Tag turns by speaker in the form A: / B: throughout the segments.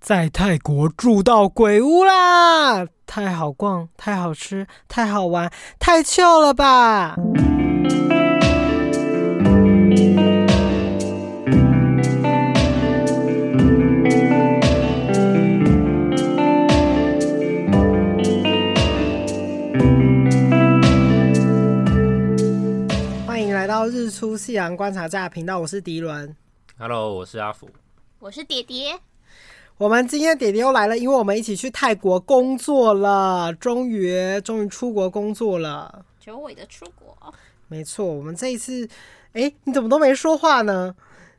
A: 在泰国住到鬼屋啦！太好逛，太好吃，太好玩，太 chill 了吧！欢迎来到日出夕阳观察站频道，我是迪伦。
B: Hello，我是阿福。
C: 我是爹爹，
A: 我们今天爹爹又来了，因为我们一起去泰国工作了，终于终于出国工作了。
C: 九尾的出国，
A: 没错，我们这一次，哎，你怎么都没说话呢？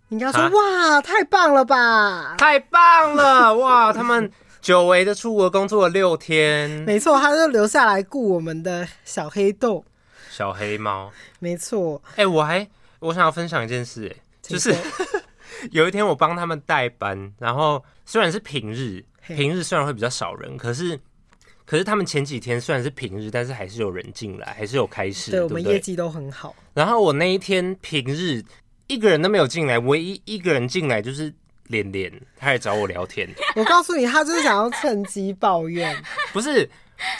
A: 你刚说、
B: 啊
A: 哇，太棒了吧？
B: 太棒了， 哇！他们久违的出国工作了六天，
A: 没错，他就留下来雇我们的小黑豆。
B: 小黑猫。
A: 没错，
B: 哎、我还我想要分享一件事、哎，
A: 请
B: 就是
A: 说
B: 有一天我帮他们代班，然后虽然是平日，
A: 嘿
B: 平日虽然会比较少人，可是可是他们前几天虽然是平日，但是还是有人进来，还是有开市，
A: 对
B: 对
A: 我
B: 不
A: 们
B: 对
A: 业？绩都很好。
B: 然后我那一天平日一个人都没有进来，唯一一个人进来就是脸脸，他来找我聊天。
A: 我告诉你，他就是想要趁机抱怨，
B: 不是，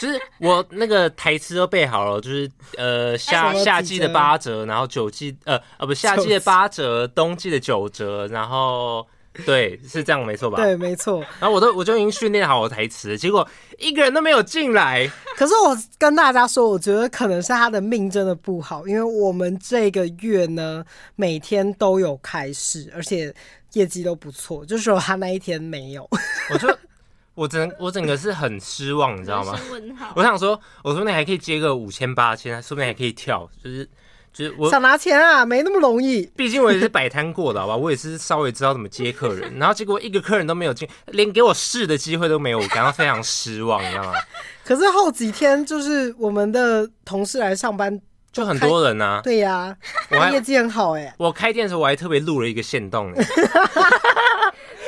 B: 就是我那个台词都背好了，就是呃夏
A: 哎什么
B: 夏
A: 几
B: 季的
A: 折
B: 八折，然后九季呃呃不夏季的
A: 九
B: 八折，冬季的九折，然后对是这样没错吧？
A: 对，没错。
B: 然后我都我就已经训练好我台词，结果一个人都没有进来，
A: 可是我跟大家说，我觉得可能是他的命真的不好，因为我们这个月呢每天都有开市，而且业绩都不错，就只有他那一天没有。
B: 我就 我整我整个是很失望，你
C: 你
B: 知道吗？？
C: 问号
B: 我，想说，我说你还可以接个五千八千，说不定还可以跳，就是就是我
A: 想拿钱啊，没那么容易。
B: 毕竟我也是摆摊过的，好吧，我也是稍微知道怎么接客人，然后结果一个客人都没有进，连给我试的机会都没有，我感到非常失望，你知道 吗？
A: 可是后几天就是我们的同事来上班，
B: 就很多人呐、
A: 对呀、
B: 我
A: 业
B: 还
A: 绩很好哎、
B: 我开店的时候我还特别录了一个线 动呢，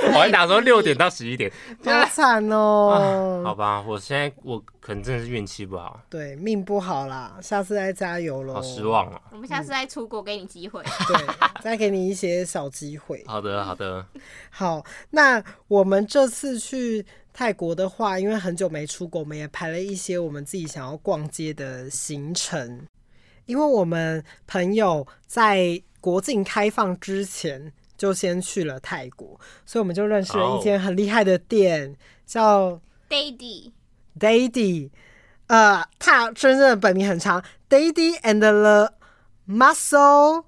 B: 我还打说六点到十一点，
A: 好惨哦、
B: 啊，好吧，我现在我可能真的是运气不好，
A: 对，命不好啦，下次再加油喽。
B: 好失。望哦。
C: 我们下次再出国给你机会。
A: 对，再给你一些小机会。
B: 好的，好 的，
A: 好，那我们这次去泰国的话，因为很久没出国，我们也排了一些我们自己想要逛街的行程。因为我们朋友在国境开放之前就先去了泰国，所以我们就认识了一间很厉害的店，叫
C: Daddy，
A: Daddy。呃，他真正的本名很长，Daddy and the Muscle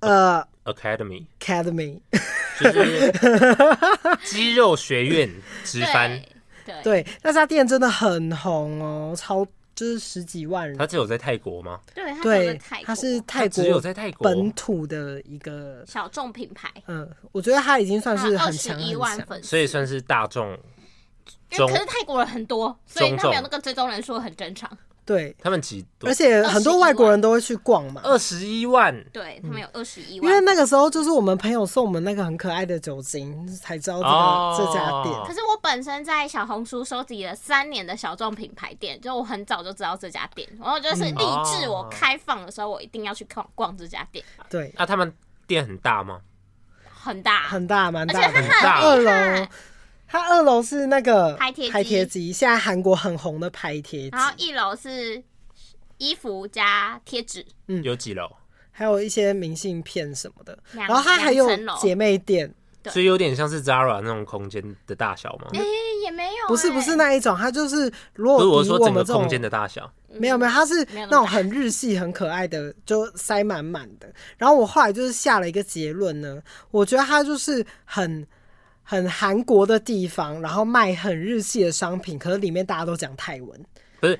A: 呃
B: Academy
A: Academy。
B: 就是肌肉学院直 翻，
C: 对对
A: 对，那家店真的很红哦，超就是十几万人
B: 它。只有在泰国吗？
C: 对，他是
A: 对
C: 泰，国，
A: 它是
B: 它
A: 泰
B: 只有
A: 国
B: 在泰国
A: 本土的一个，
C: 小众品牌，
A: 嗯，我觉得它已经算是
C: 二
A: 很
C: 十
A: 强
C: 一
A: 很
C: 万
A: 强。
C: 粉丝，
B: 所以算是大众
C: 因为
B: 中
C: 可是泰国人很多，所以
B: 中
C: 他
B: 众
C: 们有那个追踪人数很正常。
A: 对，
B: 他们几多
A: 而？且很多外国人都会去逛嘛。
B: 二十一万，
C: 对他们有二十一
A: 嗯因为
C: 万，
A: 那个时候就是我们朋友送我们那个很可爱的酒精，才知道这个、
B: 哦
A: 这家店。
C: 可是我本身在小红书收集了三年的小众品牌店，就我很早就知道这家店，然后就是
A: 嗯
C: 励志
B: 哦
C: 我开放的时候，我一定要去逛逛这家店，
A: 对，
B: 那、他们店很大吗？
C: 很大，
A: 很大，蛮
C: 而且
A: 大
C: 它
A: 的
C: 很。
B: 大
A: 二
C: 厉
A: 楼
C: 害，
A: 它二楼是那个
C: 拍贴机哦
A: 拍贴机，现在韩国很红的拍贴机
C: 然，后一楼是衣服加贴纸，
B: 有几楼？
A: 还有一些明信片什么的。
C: 两
A: 然后它还有
C: 两层楼
A: 姐妹店，
C: 对
B: 所以有点像是 Zara 那种空间的大小吗？
C: 哎、也没有、
A: 嗯不是不是
C: 哎
A: 那一种，它就是如
B: 不
A: 果
B: 是，我
A: 以
B: 说
A: 我
B: 整个
A: 们这种
B: 空间的大小。
A: 没有没有，它是
C: 没有那么
A: 那种
C: 大
A: 很日系、很可爱的，就塞满满的。然后我后来就是下了一个结论呢，我觉得它就是很很韩国的地方，然后卖很日系的商品，可是里面大家都讲泰文，
B: 不是，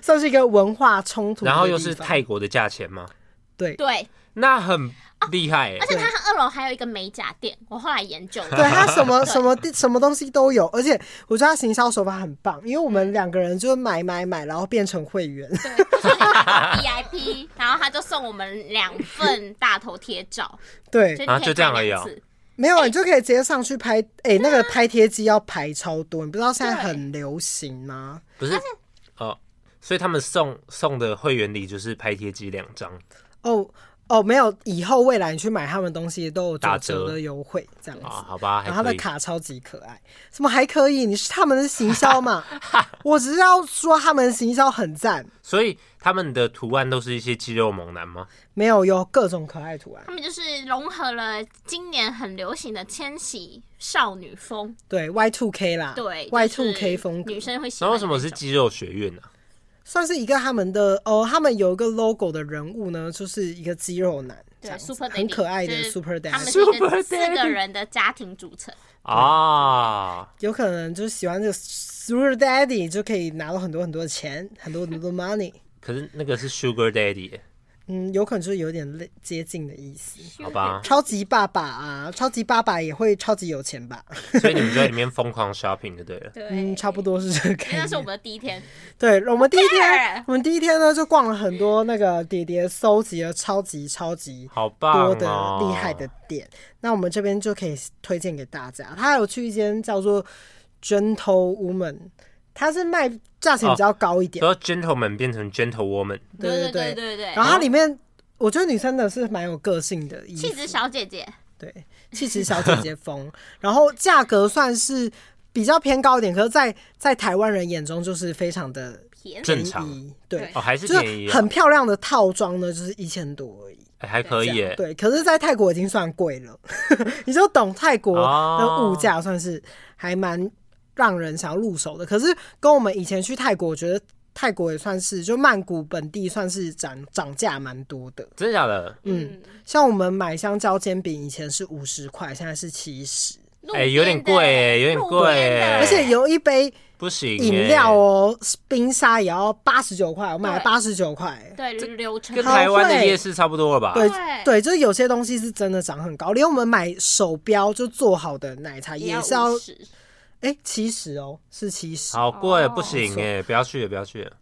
A: 算是一个文化冲突的地方。
B: 然后又是泰国的价钱吗？
A: 对对，
C: 嗯对，
B: 那很厉害、欸
A: 啊
C: 而且它二楼还有一个美甲店，我后来研究了，
A: 它什 么什么地什么东西都有，而且我觉得它行销手法很棒，因为我们两个人就买买买，然后变成会员。
C: VIP，然 后他就送我们两份大头贴照，
A: 对
C: 所以，你
B: 啊
C: 可以
B: 就这样
C: 拍
B: 而已哦
C: 两次
A: 没有，你就可以直接上去拍。哎、那个拍贴机要排超多，你不知道现在
C: 对
A: 很流行吗？
B: 不是哦，所以他们送送的会员礼就是拍贴机两张，
A: 哦，哦，没有，以后未来你去买他们东西都有
B: 打
A: 九折
B: 折
A: 的优惠，这样子。
B: 啊，好吧，还
A: 然后他
B: 可
A: 的
B: 以。
A: 卡超级可爱，什么还可以？你是他们的行销 嘛？我只是要说他们的行销很赞，
B: 所以他们的图案都是一些肌肉猛男吗？
A: 没有有各种可爱图案，
C: 他们就是融合了今年很流行的千禧少女风，
A: 对 Y two K 啦，
C: 对
A: ，Y
C: 就是
A: two K 风格
C: 女，生会喜
B: 然
C: 欢
B: 后
C: 的
B: 为
C: 那
B: 什么是
C: 种。
B: 肌肉学院呢、
A: 算是一个他们的哦，他们有一个 logo 的人物呢，就是一个肌肉男，这
C: 对
A: 样子
C: ，Super Daddy，
A: 很可爱的
C: 就是
A: Super
C: 他们
A: Daddy，
C: 是一
B: Super
C: 个四
B: Daddy
C: 个人的家庭组成，
B: 啊？
A: 有可能就是喜欢这个 Super Daddy 就可以拿到很多很多的钱，很多很多 money，
B: 可是那个是 Sugar Daddy，耶欸
A: 嗯，有可能就是有点类接近的意思。
B: 好吧
A: 超级爸爸啊，超级爸爸也会超级有钱吧？
B: 所以你们就在里面疯狂 shopping 就对了。
C: 对，
A: 嗯，差不多是这个概
C: 因为那
A: 念。
C: 是我们的第一天，
A: 对，我们第一天
C: care，
A: 我们第一天呢就逛了很多那个爹爹搜集了超级超级
B: 好棒
A: 多
B: 哦！
A: 的厉害的店，那我们这边就可以推荐给大家。他有去一间叫做 Gentle Woman，它是卖价
B: 哦
A: 钱比较高一点，
B: 说 gentleman 变成 gentle woman，
A: 对对
C: 对对对对
A: 然后它里面我觉得女生的是蛮有个性的衣服，
C: 气质小姐姐，
A: 对，气质小姐姐风，然后价格算是比较偏高一点，可是在，在台湾人眼中就是非常的
C: 便宜
B: 正
A: 便
B: 常
A: 宜，对
C: 对，
B: 哦，还是
A: 就
B: 便宜
A: 是
B: 啊，
A: 很漂亮的套装呢，就是一千多而已。
B: 哎还可以耶。
A: 对，可是，在泰国已经算贵了， 你就懂泰国的物价算是还蛮让人想要入手的。可是跟我们以前去泰国，我觉得泰国也算是就曼谷本地算是涨涨价蛮多的。
B: 真的假的？
A: 嗯，像我们买香蕉煎饼以前是五十块，现在是七十，
C: 路
B: 哎有点
C: 边的
B: 贵耶有点
C: 路
B: 贵
C: 边
B: 耶
C: 的
A: 而且有一杯
B: 不行耶，
A: 饮料哦，冰沙也要八十九块，我买了
C: 对
A: 八十九块。
C: 对流程
B: 跟
A: 好
B: 台湾的
A: 贵
B: 夜市差不多了吧？
A: 对
C: 对
A: 对，就是有些东西是真的涨很高，连我们买手标就做好的奶茶也是要
C: 50
A: 哎，七十哦，是七十。
B: 好贵，
C: 哦
B: 不行哎，不要去了，不要去了。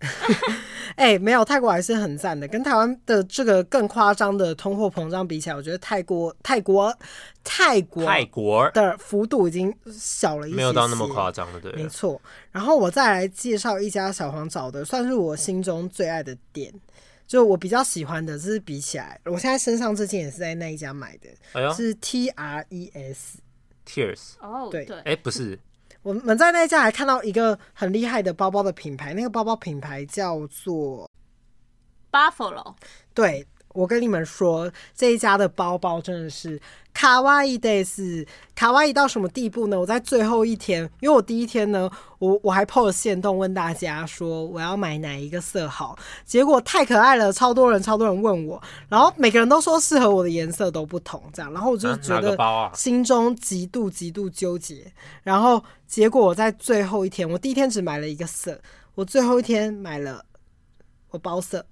A: 哎，没有，泰国还是很赞的，跟台湾的这个更夸张的通货膨胀比起来，我觉得泰国、泰国、泰国
B: 泰国
A: 的幅度已经小了一些些，
B: 没有到那么夸张的，对
A: 没
B: 了。
A: 错，然后我再来介绍一家小黄找的，算是我心中最爱的店，就我比较喜欢的，就是比起来，我现在身上这件也是在那一家买的，
B: 哎呦
A: 是 T R E S。
B: ，Tears，
C: 哦，
A: 对
C: 对，
B: 哎，不是，
A: 我们在那一家还看到一个很厉害的包包的品牌，那个包包品牌叫做……
C: Buffalo
A: 对我跟你们说，这一家的包包真的是卡哇伊 days，卡哇伊到什么地步呢？我在最后一天，因为我第一天呢，我我还 PO 了线动问大家说我要买哪一个色号，结果太可爱了，超多人超多人问我，然后每个人都说适合我的颜色都不同，这样，然后我就
B: 啊
A: 觉
B: 哪
A: 得
B: 个包啊
A: 心中极度极度纠结，然后结果我在最后一天，我第一天只买了一个色，我最后一天买了我包色。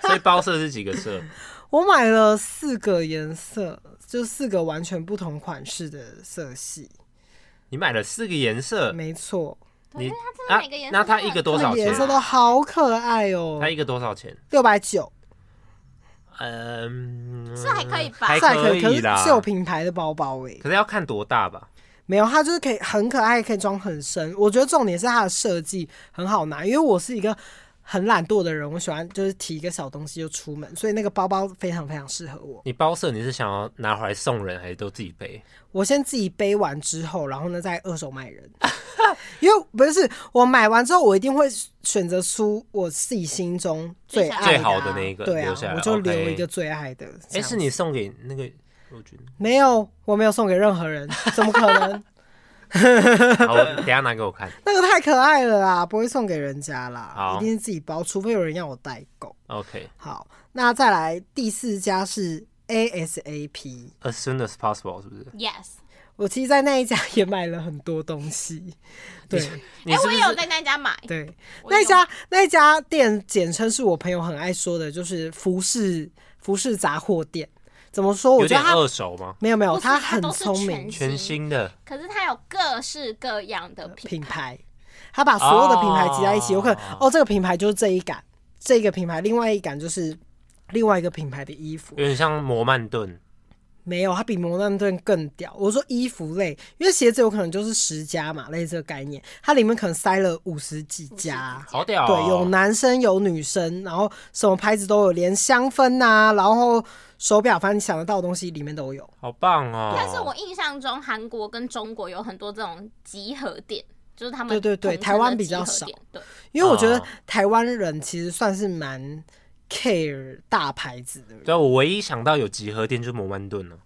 B: 所以包色是几个色？
A: 我买了四个颜色，就四个完全不同款式的色系。
B: 你买了四个颜色，
A: 没错，
B: 你
C: 真的
B: 啊
C: 每个颜，色
B: 那
C: 都
B: 它
C: 很
B: 一个
A: 它
B: 多
A: 们
B: 少钱啊
A: 颜？色都好可爱哦
B: 它，一个多少钱？
A: 六百九，
B: 嗯，
C: 这还可以吧
B: 还
A: 这还可以，可
B: 以
A: 是
B: 啦
A: 是。有品牌的包包诶、
B: 可是要看多大吧。
A: 没有，它就是可以很可爱，可以装很深。我觉得重点是它的设计很好拿，因为我是一个很懒惰的人，我喜欢就是提一个小东西就出门，所以那个包包非常非常适合我。
B: 你包色你是想要拿回来送人，还是都自己背？
A: 我先自己背完之后，然后呢再二手卖人， 因为不是我买完之后，我一定会选择出我自己心中最爱啊
B: 最好的那一个
A: 对啊
B: 留下，来
A: 我就留
B: OK
A: 一个最爱的。
B: 哎、
A: 哎，
B: 是你送给那个？我 觉
A: 没有，我没有送给任何 人，怎么可能？
B: 得好，等一下拿给我 看。
A: 那个太可爱了啦，不会送给人家啦，
B: 好
A: 一定是自己包，除非有人要我代购。
B: OK，as、
A: 好，那再来第四家是 ASAP，
B: soon as possible 是不是？
C: Yes，
A: 我其实，在那一家也买了很多东西，对。
B: 你
C: 哎，
B: 是
C: 我
B: 不
C: 也
B: 是？
C: 有在那家买，
A: 对，
C: 我
A: 那
C: 有
A: 家那家店简称是我朋友很爱说的，就是服饰服饰杂货店。怎么说？我
B: 有
A: 觉
B: 点
A: 得他嗯
B: 二手吗？
A: 没有没有，
C: 不是
A: 他
C: 它
A: 很
C: 都是
A: 聪明
C: 全，
B: 全新的，
C: 可是它有各式各样的品
A: 品牌，他把所有的品牌集在一起，有可能
B: 哦
A: 哦，这个品牌就是这一杆，这个品牌，另外一杆就是另外一个品牌的衣服
B: 有，点像摩曼顿
A: 没有，它比蒙丹顿更屌。我说衣服类，因为鞋子有可能就是十家嘛，类似的概念，它里面可能塞了五十几家。
B: 好屌、哦，
A: 对，有男生有女生，然后什么牌子都有，连香氛呐、然后手表，反正你想得到的东西里面都有。
B: 好棒哦！
C: 但是我印象中，韩国跟中国有很多这种集合店，就是他们
A: 对对对
C: 统称的
A: 台湾比较
C: 集合
A: 少
C: 店。对，
A: 因为我觉得
B: 哦
A: 台湾人其实算是蛮 care 大牌子的人。
B: 对啊我唯一想到有集合店就是摩曼顿了，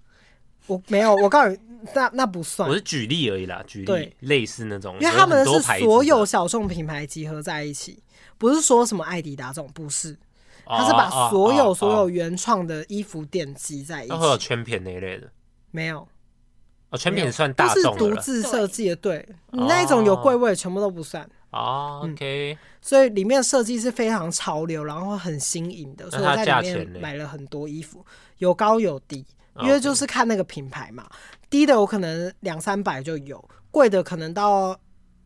A: 我没有，我告诉你，那那不算
B: 我，是举例而已啦，举例
A: 对
B: 类似那种，
A: 因为
B: 有
A: 他们
B: 很多
A: 是
B: 牌子
A: 所有
B: 的，哦
A: 小众品牌集合在一起，不是说什么艾迪达这种，不是，
B: 哦
A: 他是把
B: 哦
A: 所
B: 哦
A: 有
B: 哦
A: 所有原创的衣服店集在一
B: 都会有
A: 起，
B: 全品那一类的，
A: 没有，
B: 哦，全品算
A: 都
B: 大
A: 是
B: 众的
A: 独
B: 了
A: 自设计的，对你那一种有柜位全部都不算。
B: 哦
A: 嗯
B: OK，
A: 所以里面设计是非常潮流，然后很新颖的，
B: 那
A: 所以
B: 它
A: 我在
B: 价
A: 里面
B: 钱嘞哦
A: 买了很多衣服，有高有低，因为
B: OK
A: 就是看那个品牌嘛。低的我可能两三百就有，贵的可能到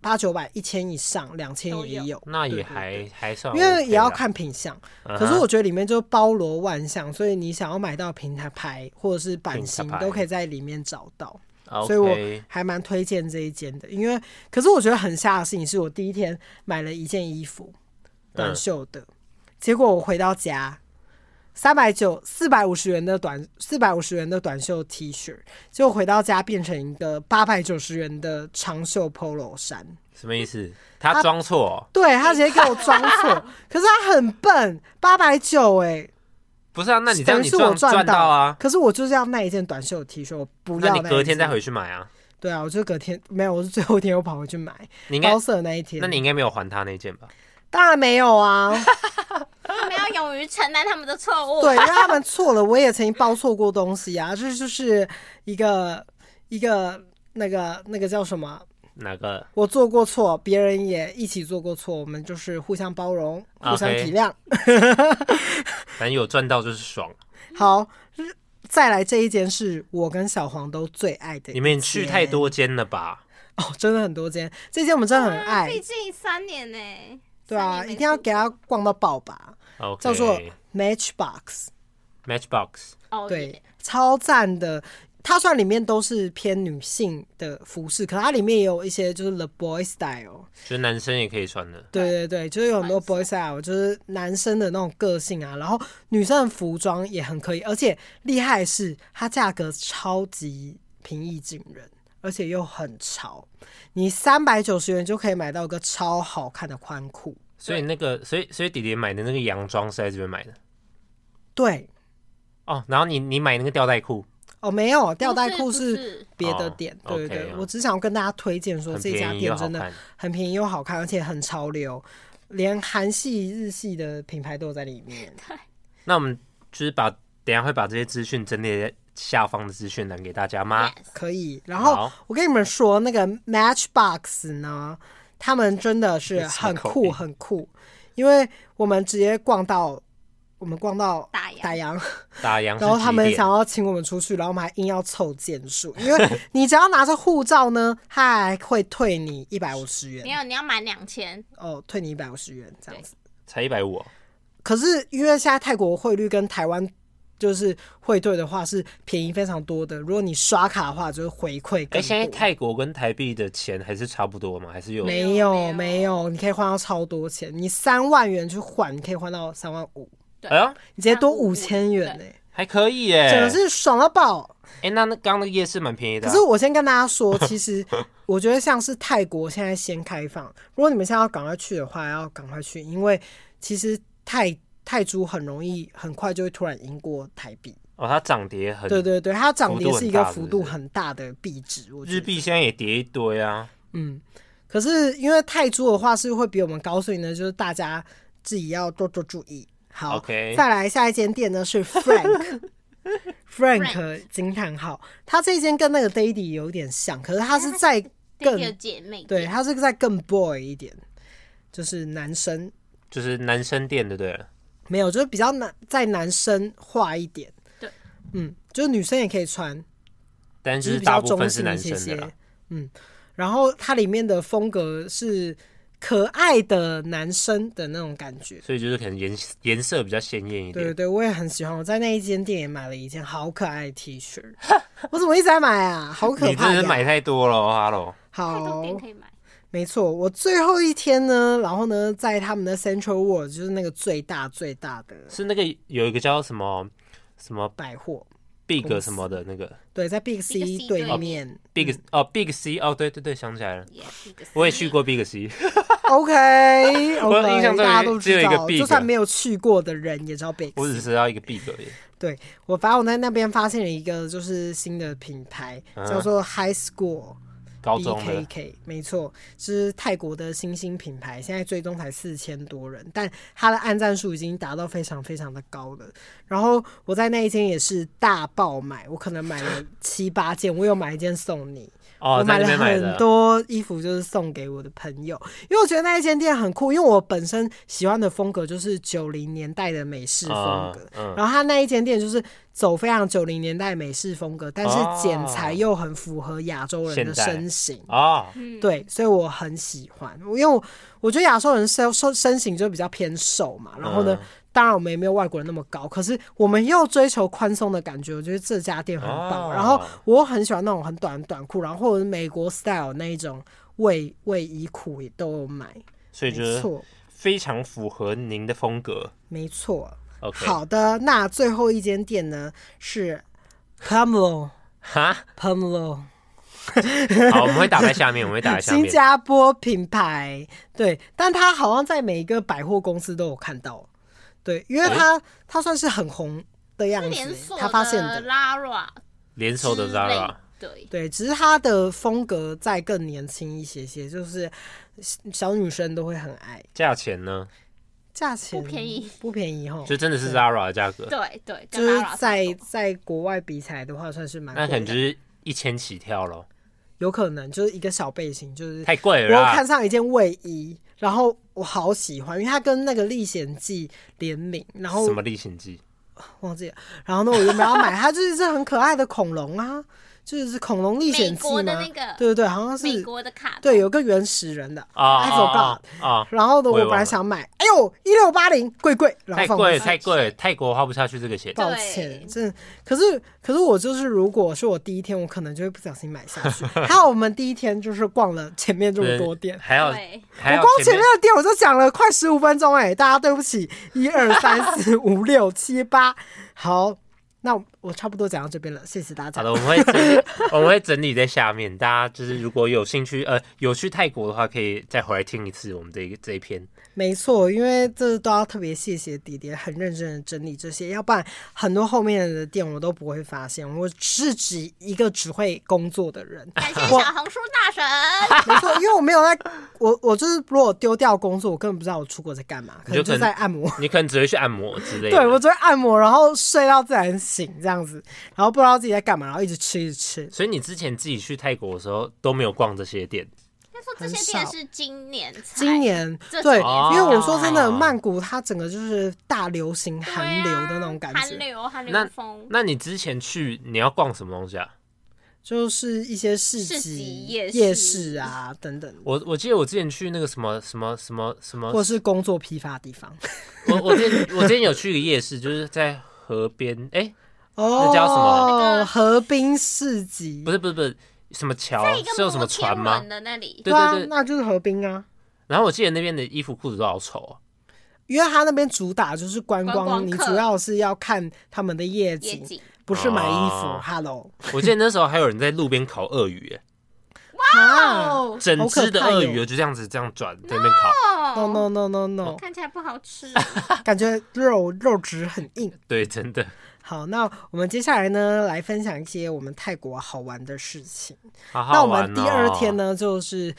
A: 八九百、一千以上、两千
C: 都
A: 也
C: 有
A: 有。
B: 那
A: 对对
B: 也还
A: 对
B: 还算，
A: 因为也要，看品相。
B: 嗯
A: 可是
B: 哼
A: 我觉得里面就包罗万象，所以你想要买到平台牌或者是版
B: 平台
A: 型，
B: 牌
A: 都可以在里面找到。所以
B: 啊 OK
A: 我还蛮推荐这一间的，因为可是我觉得很瞎的事情是我第一天买了一件衣服，
B: 嗯
A: 短袖的，结果我回到家，三百九四百五十元的短四百五十元的短袖 T 恤，结果回到家变成一个八百九十元的长袖 Polo 衫，
B: 什么意思？他装错哦，
A: 对他直接给我装错，可是他很笨，八百九哎，
B: 不是啊？那你这
A: 等
B: 样
A: 于
B: 你
A: 是我
B: 赚
A: 赚
B: 到啊，
A: 可是我就是要那一件短袖 T 恤，我不
B: 那
A: 要
B: 你隔
A: 一
B: 天再
A: 件
B: 回去买啊，
A: 对啊，我就隔天没有，我是最后一天又跑回去买
B: 你应该
A: 包，色的那一天。
B: 那你应该没有还他那件吧？
A: 当然没有 啊，
C: 他们要勇于承担他们的错误。
A: 对，因为他们错了，我也曾经包错过东西啊，这就是一个一个那个那个叫什么？
B: 哪个？
A: 我做过错，别人也一起做过错，我们就是互相包容，互相
B: OK
A: 体谅。
B: 反正有赚到就是爽。
A: 好，再来这一间是我跟小黄都最爱的一间，
B: 你们去太多间了吧？
A: 哦，真的很多间，这间我们真的很
C: 啊
A: 爱
C: 毕，竟三年呢、
A: 对啊，
C: 三年没
A: 一定要
C: 出
A: 给他逛到爆吧，
B: OK，
A: 叫做 Matchbox。
B: Matchbox。
C: 哦
A: 对
C: 耶，
A: 超赞的。它虽然里面都是偏女性的服饰，可它里面也有一些就是 the boy style，
B: 就是男生也可以穿的，
A: 对对对，就是有很多 boy style，就是男生的那种个性啊，然后女生的服装也很可以，而且厉害的是它价格超级平易近人，而且又很潮，你三百九十元就可以买到一个超好看的宽裤，
B: 所以那个，所以所以弟弟买的那个洋装是在这边买的
A: 对。
B: 哦。然后你你买那个吊带裤，
A: 哦，没有，吊带
C: 不
A: 裤
C: 是不
A: 是
C: 是
A: 别的
B: 哦
A: 店，对
B: OK
A: 对对
B: 哦
A: 我只想跟大家推荐说
B: 很
A: 这家
B: 便宜
A: 店
B: 又好
A: 真的
B: 看。
A: 很便宜又好看，而且很潮流，连韩系、日系的品牌都有在里面。
B: 那我们就是把等一下会把这些资讯整理在下方的资讯栏给大家吗？
C: Yes
A: 可以，然后
B: 好
A: 我跟你们说，那个 Matchbox 呢，他们真的是很
B: 什么口
A: 酷
B: 音
A: 很酷，因为我们直接逛到我们逛到
C: 打烊
A: 打烊，
B: 打烊是
A: 然后他们
B: 几点
A: 想要请我们出去，然后我们还硬要凑件数，因为你只要拿着护照呢，他还会退你一百五十
C: 没
A: 元，
C: 有，你要满两千，
A: 哦，退你一百五十元这样子。
B: 才一百五，哦
A: 可是因为现在泰国汇率跟台湾就是汇兑的话是便宜非常多的，如果你刷卡的话，就是回馈
B: 哎，
A: 更
B: 现在
A: 多。
B: 泰国跟台币的钱还是差不多吗？还是有？
A: 没
C: 没
A: 有
C: 有
A: 没有，你可以换到超多钱，你三万元去换，你可以换到三万五，
B: 哎呀，
A: 你直接多
C: 三五
A: 五千元呢、
B: 还可以耶。
A: 真的是爽到爆！
B: 哎，那那刚刚那个夜市蛮便宜的
A: 可
B: 啊。
A: 是我先跟大家说，其实我觉得像是泰国现在先开放，如果你们现在要赶快去的话，要赶快去，因为其实泰泰铢很容易很快就会突然赢过台币。
B: 哦，它涨跌很，
A: 对对对，它涨跌是一个幅
B: 幅
A: 度
B: 度很
A: 很
B: 大
A: 大的币值，我觉
B: 日
A: 得。
B: 币现在也跌一堆啊。
A: 嗯，可是因为泰铢的话是会比我们高，所以呢，就是大家自己要多多注意。好
B: OK
A: 再来下一间店呢是 Frank。Frank 惊叹号，它这间跟那个 Daddy 有点像，可是它是在
C: 第
A: 更
C: 二姐妹
A: 对，
C: 店，
A: 它是在更 boy 一点，就是男生
B: 就是男生店的，对了，
A: 没有，就是比较男在男生化一点。
C: 对，
A: 嗯，就是女生也可以穿，
B: 但
A: 就是是比
B: 大
A: 较
B: 部
A: 中
B: 分是
A: 性一
B: 男
A: 些
B: 生的啦
A: 些。。嗯，然后它里面的风格是可爱的男生的那种感觉。
B: 所以就是可能颜颜色比较鲜艳一
A: 对对
B: 点。
A: 对，我也很喜欢。我在那一间店也买了一件好可爱的 T 恤，我怎么一直在买啊？好可
B: 你
A: 怕
B: 真
A: 呀！
B: 的是买太多了哦哈喽。
C: 太多
A: 好，
C: 店可以买。
A: 没错，我最后一天呢，然后呢，在他们的 Central World 就是那个最大最大的
B: 是那个有一个叫什么什么
A: 百货，
B: Big
A: 公司嗯
B: 什么的那个
A: 对，在 Big
C: Big
A: C
C: C
A: 对
C: 对
A: 面。
B: Big 哦 Big C 哦对对对想起来了，
C: Yeah，一个
B: 我也去过 Big C，
A: OK，
B: 我印象中有
A: 大家都
B: 只有
A: 知
B: 一个
A: 道，
B: Big
A: 就算没有去过的人也知道 Big
B: 我
A: C。
B: 只知道一个 Big 而已。
A: 对我，反正我在那边发现了一个就是新的品牌，
B: 嗯
A: 叫做 High School。
B: 高中的
A: BKK，没错，是泰国的新兴品牌，现在追踪才四千多人，但它的按赞数已经达到非常非常的高了。然后我在那一间也是大爆买，我可能买了七八件，我有买一件送你，
B: 哦，
A: 我
B: 在
A: 买
B: 那
A: 了
B: 边买的
A: 很，多衣服，就是送给我的朋友，因为我觉得那一间店很酷，因为我本身喜欢的风格就是九零年代的美式风格，
B: 嗯嗯
A: 然后它那一间店就是走非常九零年代美式风格，但是剪裁又很符合亚洲人的
B: 现代
A: 身形。
B: 哦，
C: 嗯，
A: 对，所以我很喜欢，因为我我觉得亚洲人身身身形就比较偏瘦嘛，然后呢，
B: 嗯
A: 当然我们也没有外国人那么高，可是我们又追求宽松的感觉，我觉得这家店很棒。
B: 哦
A: 然后我很喜欢那种很短的短裤，然后或者是美国 style 那一种卫卫衣裤也都有买，
B: 所以就
A: 没
B: 是
A: 错，
B: 非常符合您的风格。
A: 没错。
B: OK，
A: 好的，那最后一间店呢是 Pumlo
B: 哈，
A: Pumlo。
B: 好，我们会打在下面，我们会打在下
A: 新
B: 面。
A: 加坡品牌，对，但它好像在每一个百货公司都有看到，对，因为它、它算是很红的样
C: 是
A: 子
C: 连锁，
A: 他发现
C: 的
A: 的，
C: Lara
B: 联手
C: 之
B: 的
C: 类
B: Zara，
C: 对，
A: 对，只是它的风格再更年轻一些些，就是小女生都会很爱，
B: 价钱呢？
A: 价钱
C: 不便宜，
A: 不便宜哈，
B: 就真的是 Zara 的价格，
C: 对对，
A: 就
C: 跟
A: 是
C: Lara
A: 在
C: 差不多
A: 在国外比起来的话，算是蛮
B: 那可
A: 贵
B: 能就
A: 的，
B: 是一千起跳咯，
A: 有可能就是一个小背心，就是
B: 太贵
A: 我
B: 了
A: 有
B: 啦
A: 看。上一件卫衣，然后我好喜欢，因为它跟那个《历险记》联名，然后
B: 什么历险记？
A: 忘记了。然后呢，我原本要买它，就是一只很可爱的恐龙啊，就是恐龙历险
C: 美
A: 记
C: 国的
A: 嘛，
C: 那个
A: 对对对，好像
C: 美
A: 是
C: 国的卡，
A: 对，有个原始人的
B: 啊
A: ，I forgot。
B: 啊！
A: 然后呢，我
B: 我也
A: 本
B: 忘
A: 来
B: 了
A: 想买，哎呦，一六八零，贵贵，然后
B: 太
A: 放
B: 贵
A: 回
B: 了，
A: 去
B: 太贵了，泰国花不下去这个钱。
A: 抱
C: 对
A: 歉，真的可是可是我就是，如果是我第一天，我可能就会不小心买下 去。还有我们第一天就是逛了前面这么
B: 对
A: 多店，
B: 还要
C: 对
B: 还要
A: 光前面的店我就讲了快十五分钟哎、大家对不起，一二三四五六七八，好，那我我差不多讲到这边了，谢谢大
B: 好
A: 家
B: 的，。我们会整理， 我们会整理在下面。大家就是如果有兴趣，呃，有去泰国的话，可以再回来听一次我们这一这一篇。
A: 没错，因为这都要特别谢谢弟弟很认真的整理这些，要不然很多后面的店我都不会发现。我是指一个只会工作的 人，
C: 感谢小红书大神，
A: 没错，因为我没有在，我我就是如果丢掉工作，我根本不知道我出国在干嘛，可
B: 你
A: 能
B: 就
A: 就
B: 可能
A: 在按摩。
B: 你可能只会去按摩之类的。
A: 对我只会按摩，然后睡到自然醒这样子，然后不知道自己在干嘛，然后一直吃一直吃。
B: 所以你之前自己去泰国的时候都没有逛这些店，
C: 他说这些
A: 很
C: 店
A: 少
C: 是今年才，
A: 今年
C: 这哦
A: 对，
C: 几年
A: 因为我
B: 才
A: 说真的，
B: 有
A: 曼谷它整个就是大流行
C: 对啊啊
A: 韩流的那种感
C: 韩
A: 觉，
C: 流韩
B: 那
C: 流风，
B: 那你之前去你要逛什么东西啊？
A: 就是一些市
C: 市
A: 集
C: 集、夜
A: 夜
C: 市
A: 市啊等等，
B: 我我记得我之前去那个什么什么什么什么，
A: 或是工作批发的地方。
B: 我我之前我之前有去一个夜市，就是在河边，哎、
A: 哦，
B: 叫什么
C: 那个
A: 河滨市集
B: 不？是不是不是什么桥
C: 在一个
B: 是有什么船
C: 摩
B: 吗
C: 天轮？的那里，
B: 对
A: 啊
B: 对，对。
A: 那就是河滨啊，
B: 然后我记得那边的衣服裤子都好丑、哦。
A: 因为它那边主打就是观
C: 观
A: 光，
C: 光
A: 你
C: 客
A: 主要是要看他们的夜
C: 夜
A: 景，
C: 景
A: 不是买衣服
B: 哦。
A: Hello，
B: 我记得那时候还有人在路边烤鳄鱼，哎
A: 啊
C: 哦
B: 整只的鳄
A: 好可怕
B: 鱼
A: 哟
B: 就这样子这样转在那边烤。
A: ，No No No No No，
C: 看起来不好吃，
A: 感觉肉肉质很硬。
B: 对，真的。
A: 好，那我们接下来呢，来分享一些我们泰国好玩的事情。
B: 好
A: 那
B: 好
A: 我
B: 玩、哦、
A: 们第二天？呢，就是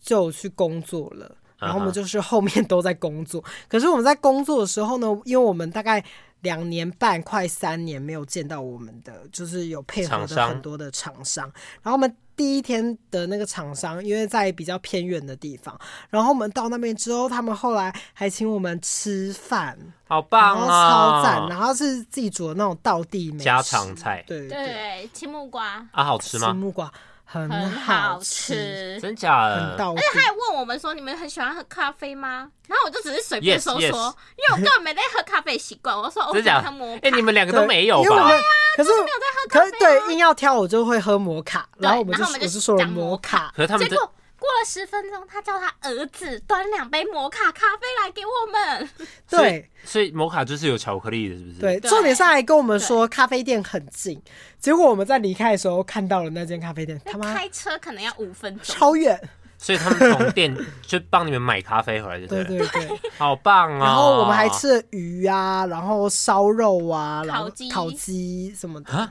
A: 就去工作了，然后我
B: 嗯
A: 们
B: 哼
A: 就是后面都在工作。可是我们在工作的时候呢，因为我们大概两年半快三年没有见到我们的，就是有配合
B: 厂
A: 的
B: 商
A: 很多的厂商，然后我们。第一天的那个厂商，因为在比较偏远的地方，然后我们到那边之后，他们后来还请我们吃饭，
B: 好棒
A: 然后
B: 啊、
A: 超赞，然后是自己煮的那种道地美食
B: 家常菜
A: 对对
C: 对，青木瓜
B: 啊，好吃
A: 吃
B: 吗？
A: 木瓜很
C: 很好吃。
B: 真假
A: 很
B: 的？
A: 到地。
C: 他还问我们说：“你们很喜欢喝咖啡吗？”然后我就只是随便
B: Yes,
C: 说说
B: yes
C: 因为我根本没在喝咖啡习惯。我说：“哦我
B: 真
C: 喜
B: 假
C: 欢
B: 的
C: 喝摩？
B: 哎，
C: 卡。
B: 你们两个都没
A: 对
B: 有
A: 因为我
B: 吧
A: 们？可是
C: 啊没有在喝咖
A: 可
C: 啡啊
A: 是对硬要挑，我就会喝摩卡，
C: 对
A: 然后我们
C: 然
A: 就
C: 后我们就
A: 我是说了
C: 讲
A: 摩
C: 摩
A: 卡
C: 卡，
B: 可是他们
C: 结
B: 这
C: 果过了十分钟，他叫他儿子端两杯摩卡咖啡来给我们。
B: 所以
A: 对，
B: 所以摩卡就是有巧克力的，是不是？
A: 对，
C: 对
A: 重点是他还跟我们说咖啡店很近，结果我们在离开的时候看到了那间咖啡店，他妈
C: 开车可能要五分钟，
A: 超远，
B: 所以他们从店 就帮你们买咖啡回来，就
A: 对
B: 对
A: 对
B: 了，
A: 对。
B: 好棒哦！
A: 然后我们还吃了鱼啊，然后烧肉啊，然后
C: 烤鸡
A: 烤鸡什么的
B: 啊，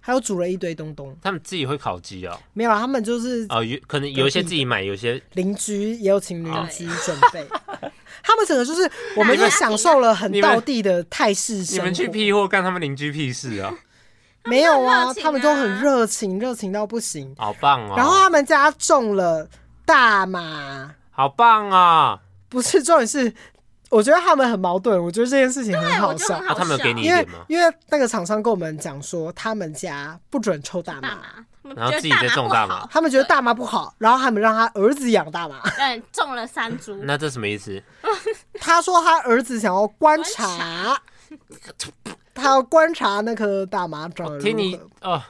A: 还有煮了一堆东东。
B: 他们自己会烤鸡哦，
A: 没有啦，他们就是
B: 哦，有可能有一些自己买，有一些
A: 邻居也有请
B: 啊
A: 邻居
C: 对
A: 准备，他们整个 就是我们
C: 你
A: 就
C: 们
A: 享受了很
B: 你们
A: 道地的泰式
B: 你
A: 生活。
B: 们去批货干他们邻居屁事 啊，
A: 没有啊，他
C: 他
A: 们
C: 们
A: 都
C: 都很热情啊
A: 很热情，热情到不行。
B: 好棒哦！
A: 然后啊他们家种了大麻，
B: 好棒啊！
A: 不是重点是，我觉得他们很矛盾。我觉得这件事情很
C: 对，哎我
A: 好
C: 就
A: 笑
C: 很，
B: 啊
C: 好
B: 他们有给你
A: 因为
B: 一点吗
A: 因为那个厂商跟我们讲说，他们家不准抽大
C: 大
A: 麻，
C: 麻，我们
B: 然后
C: 觉
B: 自
C: 得
B: 己在种大
C: 不
B: 麻
C: 好，
A: 他们觉得大麻不好，然后他们让他儿子养大麻。
C: 嗯，中了三株，
B: 那这什么意思？
A: 他说他儿子想要观
C: 观
A: 察， 他要观察那颗大麻长得
B: 听
A: 如
B: 你
A: 何。
B: 哦，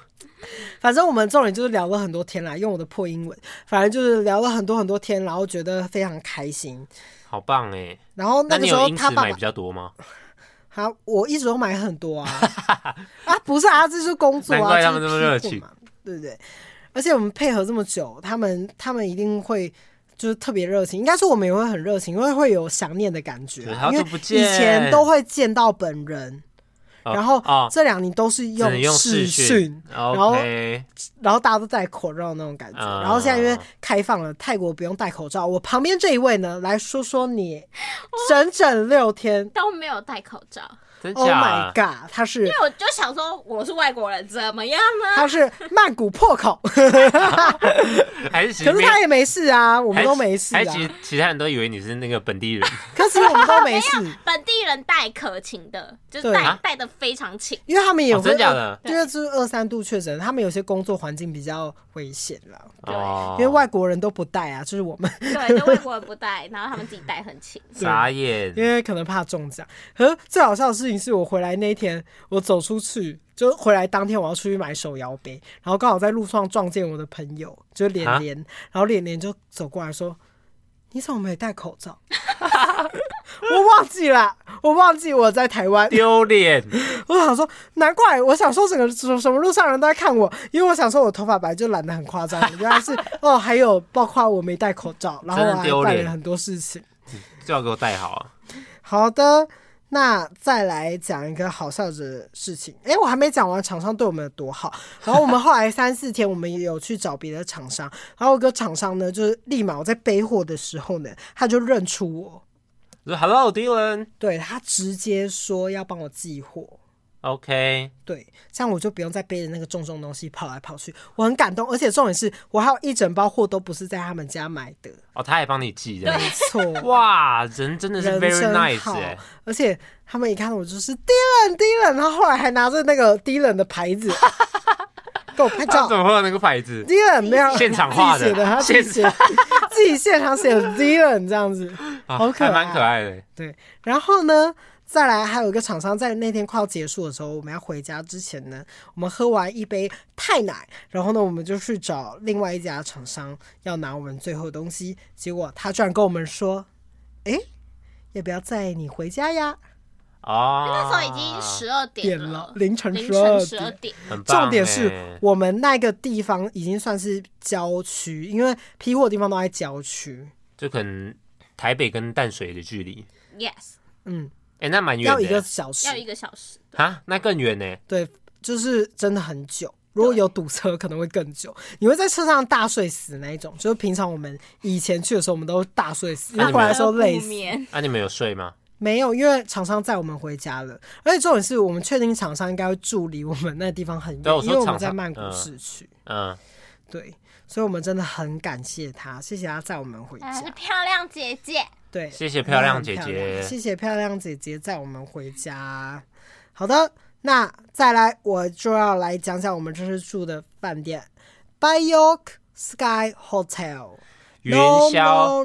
A: 反正我们重点就是聊了很多天啦，用我的破英文，反正就是聊了很多很多天，然后觉得非常开心。
B: 好棒哎！
A: 然后
B: 那
A: 个
B: 你
A: 时
B: 有
A: 候
B: 因
A: 他
B: 此
A: 爸
B: 买
A: 爸
B: 比较多吗？
A: 啊，我一直都买很多 啊，啊不是啊，这就是工作啊，
B: 难怪他们
A: 这
B: 这么热
A: 情
B: 情
A: 嘛，对不对？而且我们配合这么久，他们他们一定会就是特别热情，应该说我们也会很热情，因为会有想念的感觉
B: 对
A: 啊、
B: 好
A: 因
B: 久
A: 为
B: 不
A: 以
B: 见
A: 前都会见到本人，
B: 哦
A: 然后
B: 哦，
A: 这两年都是
B: 只能用
A: 视
B: 讯
A: 讯，
B: 然
A: 后然后大家都戴口罩那种感觉，
B: 啊
A: 然后现在因为开放了，泰国不用戴口罩。我旁边这一位呢，来说说你，
B: 哦
A: 整整六天
C: 都没有戴口罩，
B: 真
A: ，Oh my
B: 假？
A: god，他是
C: 因为我就想说我是外国人，怎么样呢？
A: 他是曼谷破口，
B: 还是其实
A: 可是他也没事啊，我
B: 我
A: 们都没事啊
B: 还，是其实其他人都以为你是那个本地 人，
A: 可是其实我们都没事，
C: 本地人戴可勤的，就是
A: 对
C: 戴
B: 啊
C: 戴的非常勤，
A: 因为他们也
B: 哦
A: 会呃
B: 真假的
A: 因为就是二三度确诊，他们有些工作环境比较危险啦，
C: 对
B: 哦
A: 因为外国人都不戴啊，就是我们，
C: 对，就外国人不戴，然后他们自己戴很 勤。
B: 傻眼
A: 因，为可能怕中奖。可是最好笑的事情是我回来那一天，我走出去。就回来当天，我要出去买手摇杯，然后刚好在路上撞见我的朋友，就是脸
B: 啊
A: 脸，然后脸脸就走过来说：“你怎么没戴口罩？” 我忘记了，我忘记我在台湾，
B: 丢脸，
A: 我想说，难怪我想说整个什什么路上人都在看我，因为我想说我头发白就染得很夸张，原来是哦，还有包括我没戴口罩，然后我
B: 真的
A: 还
B: 丢
A: 办
B: 脸
A: 了很多事情。
B: 最好给我带好啊！
A: 好的，那再来讲一个好笑的事情。诶，我还没讲完厂商对我们有多好。然后我们后来三四天，我们也有去找别的厂商， 然后有个厂商呢，就是立马我在背货的时候呢，他就认出我，
B: 我说 Hello Dylan。
A: 对他直接说要帮我寄货。
B: OK，
A: 对，这样我就不用再背着那个重重东西跑来跑去，我很感动。而且重点是我还有一整包货都不是在他们家买的，
B: 哦，他还帮你寄的，
A: 没 错，
B: 哇，人真的是
A: 人
B: very
A: 真
B: nice
A: 好
B: 哎、。
A: 而且他们一看到我就是 Dylan Dylan，然后后来还拿着那个 Dylan 的牌子给我拍
B: 他
A: 照。
B: 怎么会有那个牌子？
A: Dylan 没有
B: 现场画
A: 自己写的，他自己写，自己现场写的 Dylan 这样子。
B: 啊
A: 好可爱
B: 还蛮可爱的。
A: 对，然后呢，再来还有一个厂商在那天快要结束的时候，我们要回家之前呢，我们喝完一杯泰奶，然后呢，我们就去找另外一家厂商要拿我们最后的东西，结果他居然跟我们说：“诶，要不要载你回家呀
B: 哦，
C: 那时候已经十二啊点
A: 点了
C: 了，
A: 凌晨
C: 凌
A: 12
C: 晨十二点，
B: 很？”棒欸
A: 重点是我们那个地方已经算是郊区，因为批货的地方都在郊区，
B: 就可能台北跟淡水的距离，
C: Yes，
A: 嗯，
B: 哎、那蛮远
A: 要
B: 的
A: 一个
B: 欸
A: 小时
C: 要，一个小时。
B: 啊，那更远呢、
A: 对，就是真的很久。如果有堵车，可能会更久。你会在车上大睡死那一种，就是平常我们以前去的时候，我们都大睡死，
B: 那你
A: 回
B: 们
A: 来的时候累
C: 不
A: 死。
C: 眠
B: 啊，你们有睡吗？
A: 没有，因为厂商载我们回家了，而且重点是我们确定厂商应该会住离我们那地方很
B: 对
A: 远
B: 啊我，
A: 因
B: 说
A: 为我们
B: 厂
A: 在
B: 商
A: 曼谷
B: 嗯
A: 市区。
B: 嗯，
A: 对，所以我们真的很感谢他，谢谢他载我们回
C: 哎
A: 家
C: 是。漂亮姐姐，
A: 对，
B: 谢谢
A: 很
B: 漂亮
A: 很
B: 姐
A: 漂
B: 姐
A: 谢谢漂亮姐姐载我们回家。好的，那再来我就要来讲讲我们这次住的饭店。 Bayok Sky Hotel。
B: 云 霄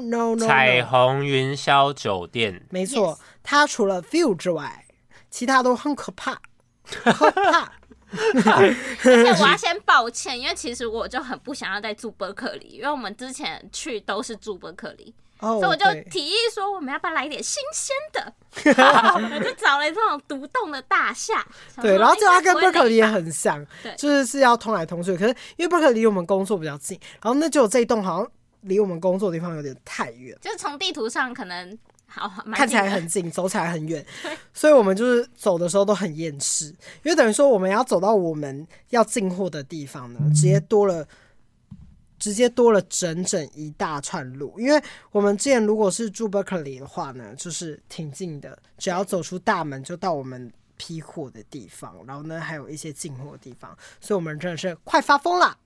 A: no, no, no, no,
B: 彩
A: no.
B: 虹云霄酒店，
A: 没错
C: Yes
A: 它除了 view 之外，其他都很可怕， 可怕。
C: 而且我要先抱歉，因为其实我就很不想要再住伯克利，因为我们之前去都是住伯克利，
A: 哦，
C: 所以我就
A: 对
C: 提议说我们要不要来一点新鲜的， 我就找了这种独栋的大厦。想
A: 对，
C: 说
A: 然后这它跟
C: 应该
A: Berkeley
C: 不会累
A: 也很像
C: 对，
A: 就是是要通来通去。可是因为 Berkeley 离我们工作比较近，然后那就有这一栋好像离我们工作的地方有点太远，
C: 就是从地图上可能好蛮
A: 看起来
C: 近的
A: 很 近，走起来很远，所以我们就是走的时候都很厌世，因为等于说我们要走到我们要进货的地方呢，直接多了。直接多了整整一大串路，因为我们之前如果是住 Berkeley 的话呢，就是挺近的，只要走出大门就到我们批货的地方，然后呢还有一些进货的地方，所以我们真的是快发疯了。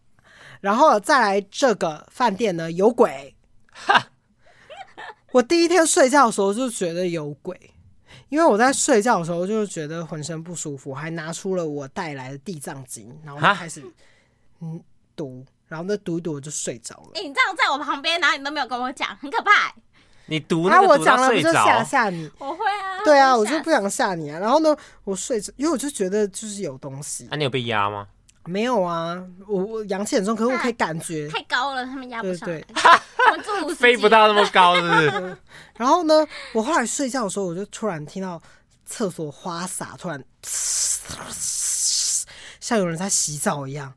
A: 然后再来这个饭店呢有鬼， 我第一天睡觉的时候就觉得有鬼，因为我在睡觉的时候就觉得浑身不舒服，还拿出了我带来的地藏经，然后
B: 哈
A: 就开始嗯读，然后那读一读我就睡着了。
C: 欸你这样在我旁边，然后你都没有跟我讲，很可怕欸、
B: 你读
A: 啊，
B: 那
A: 我
B: 个读
A: 讲
B: 到
A: 了不
B: 睡
A: 就吓
B: 着，
A: 吓你？
C: 我会啊，
A: 对啊，
C: 会
A: 我
C: 吓
A: 就不想吓你啊。然后呢，我睡着，因为我就觉得就是有东西，
B: 啊，你有被压吗？
A: 没有啊，我我阳气很重，可是我可以感觉。
C: 太高了，他们压不
A: 对
C: 上来
A: 对，
C: 我们住五十
B: 飞
C: 几
B: 不到那么高，是不 是？
A: 然后呢，我后来睡觉的时候，我就突然听到厕所花洒突然 像有人在洗澡一样，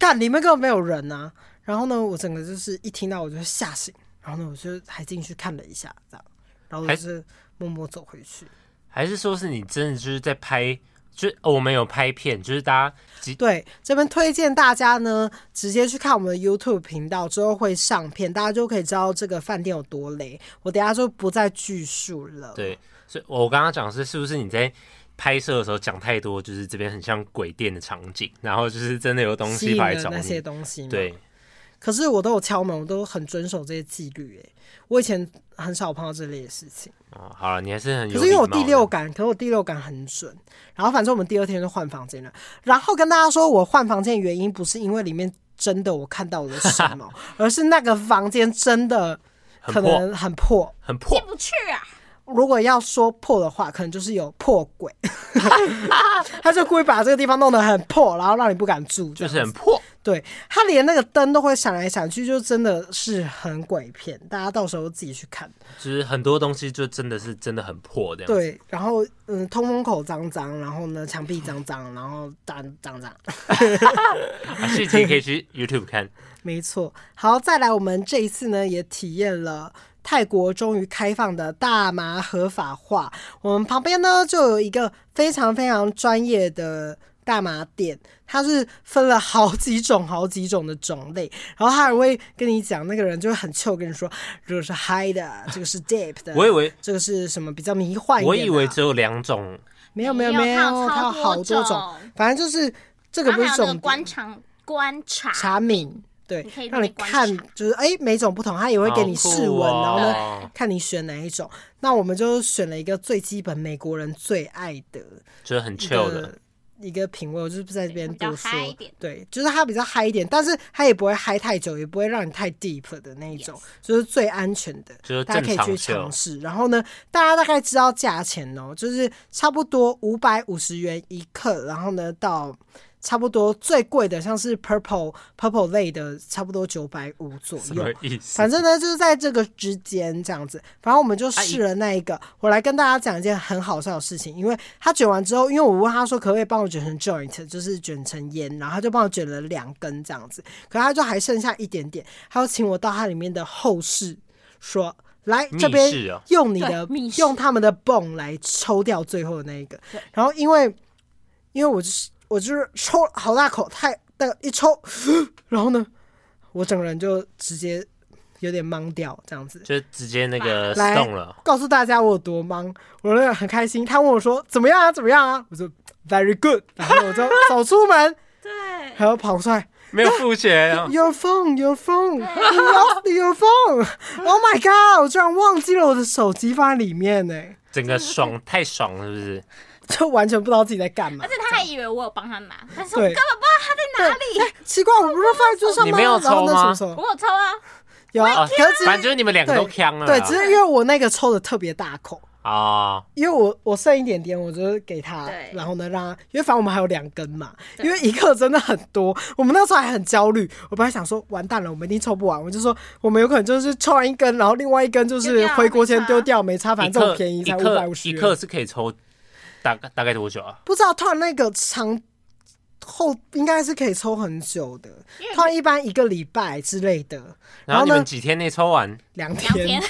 A: 干里面根本没有人啊。然后呢，我整个就是一听到我就吓醒，然后呢，我就还进去看了一下，这样，然后我
B: 还
A: 就是默默走回去。
B: 还是说是你真的就是在拍？就是、哦我们有拍片，就是大家集
A: 对，这边推荐大家呢，直接去看我们的 YouTube 频道，之后会上片，大家就可以知道这个饭店有多雷。我等一下就不再叙述了。
B: 对，所以我刚刚讲的是是不是你在拍摄的时候讲太多，就是这边很像鬼店的场景，然后就是真的有东
A: 吸
B: 西
A: 引
B: 跑来
A: 了
B: 找
A: 那些
B: 你。
A: 东西嘛。
B: 对，
A: 可是我都有敲门，我都很遵守这些纪律、欸。我以前很少碰到这类的事情，
B: 哦，好了，你还是很有
A: 可是因为我
B: 礼貌
A: 第
B: 的
A: 六感，可是我第六感很准。然后反正我们第二天就换房间了。然后跟大家说，我换房间的原因不是因为里面真的我看到了什 么，而是那个房间真的
B: 很
A: 可
B: 破，
A: 能很破。
B: 很
C: 进
B: 破，
C: 不去啊，
A: 如果要说破的话，可能就是有破鬼， 他就故意把这个地方弄得很破，然后让你不敢住，
B: 就
A: 这
B: 是
A: 样子
B: 很破。
A: 对他连那个灯都会闪来闪去，就真的是很鬼片，大家到时候自己去看。
B: 就是很多东西就真的是真的很破这样。，
A: 对，然后嗯，通风口脏脏，然后呢，墙壁脏脏，然后脏脏脏，
B: 啊、细节可以去 YouTube 看。
A: 没错。好，再来，我们这一次呢也体验了。泰国终于开放的大麻合法化，我们旁边呢就有一个非常非常专业的大麻店，它是分了好几种、好几种的种类，然后他还会跟你讲，那个人就会很臭，跟你说这个是嗨的，这个是 deep 的，
B: 我以为
A: 这个是什么比较迷幻一
B: 我
A: 点的啊、
B: 以为只有两种，
A: 没有没有
C: 没有
A: 没有，
C: 它有
A: 它有
C: 超
A: 好
C: 多
A: 多种
C: 种，
A: 反正就是这个
C: 然
A: 不
C: 后
A: 是重
C: 还有那个
A: 点
C: 观察观察，
A: 产品，对
C: 你可以，
A: 让你
C: 观
A: 看
C: 察
A: 就是哎每种不同，它也会给你
B: 好酷
A: 试闻，
B: 哦
A: 然后呢看你选哪一种。那我们就选了一个最基本美国人最爱的
B: 就是很
A: 一
B: chill 的
A: 个。一个品味，我就是不在这边
C: 比较
A: 多说
C: 嗨一点。
A: 对，就是它比较嗨一点，但是它也不会嗨太久，也不会让你太 deep 的那一种就是最安全的。
B: 就是
A: 大
B: 正
A: 家可以
B: 常
A: 去
B: chill
A: 尝试。然后呢，大家大概知道价钱哦，就是差不多五百五十元一克，然后呢到差不多最贵的像是 purple purple 类的，差不多九百五左
B: 什
A: 右
B: 么。意思？
A: 反正呢，就是在这个之间这样子。反正我们就试了那一个。我来跟大家讲一件很好笑的事情，因为他卷完之后，因为我问他说可不可以帮我卷成 joint，就是卷成烟，然后他就帮我卷了两根这样子。可他就还剩下一点点，他就请我到他里面的后室说。来
B: 密
A: 这边
B: 室哦
A: 用你的
C: 对密室
A: 用他们的泵来抽掉最后的那一个，然后因为因为我就是我就是抽好大口，太那个一抽，然后呢，我整个人就直接有点懵掉，这样子。
B: 就直接那个
A: 来
B: stone 了，
A: 告诉大家我有多懵，我那个很开心。他问我说怎么样啊，怎么样啊？我说 very good，然后我就走出门，
C: 对，
A: 还要跑出来
B: 没有付钱啊。
A: ，your phone，your phone，you lost your phone，oh my god！我居然忘记了我的手机放在里面呢、
B: 整个爽太爽了，是不是？
A: 就完全不知道自己在干嘛
C: 而且。他还以为我有帮他拿，但是我
A: 对
C: 根本不知道他在哪里。
A: 奇怪，我不是放在桌上
B: 你
A: 吗？
B: 没有
A: 然后
B: 抽
A: 那什
B: 吗
A: 么什么
C: 我有抽啊，
A: 有啊，
B: 哦
A: 可是只
B: 反正就是你们两个都呛了啦。
A: 对，只是因为我那个抽的特别大口，
B: 啊，
A: 因为我我剩一点点，我就是给他
C: 对，
A: 然后呢让他，因为反正我们还有两根嘛，
C: 对
A: 因为一个真的很多，我们那时候还很焦虑，我本来想说完蛋了，我们一定抽不完，我就说我们有可能就是抽完一根，然后另外一根就
C: 丢
A: 是
C: 掉
A: 回国前
C: 没差
A: 丢掉，没差，反
B: 一
A: 正这种
B: 克
A: 便宜
B: 一
A: 才五百
B: 克
A: 五十
B: 一
A: 元，
B: 克是可以抽大概大概多久啊？
A: 不知道突然那个长后应该是可以抽很久的
C: 因为，你
A: 突然一般一个礼拜之类的，然
B: 然
A: 后
B: 后你
A: 呢
B: 们几天内抽完
A: 两
C: 两天
A: 天，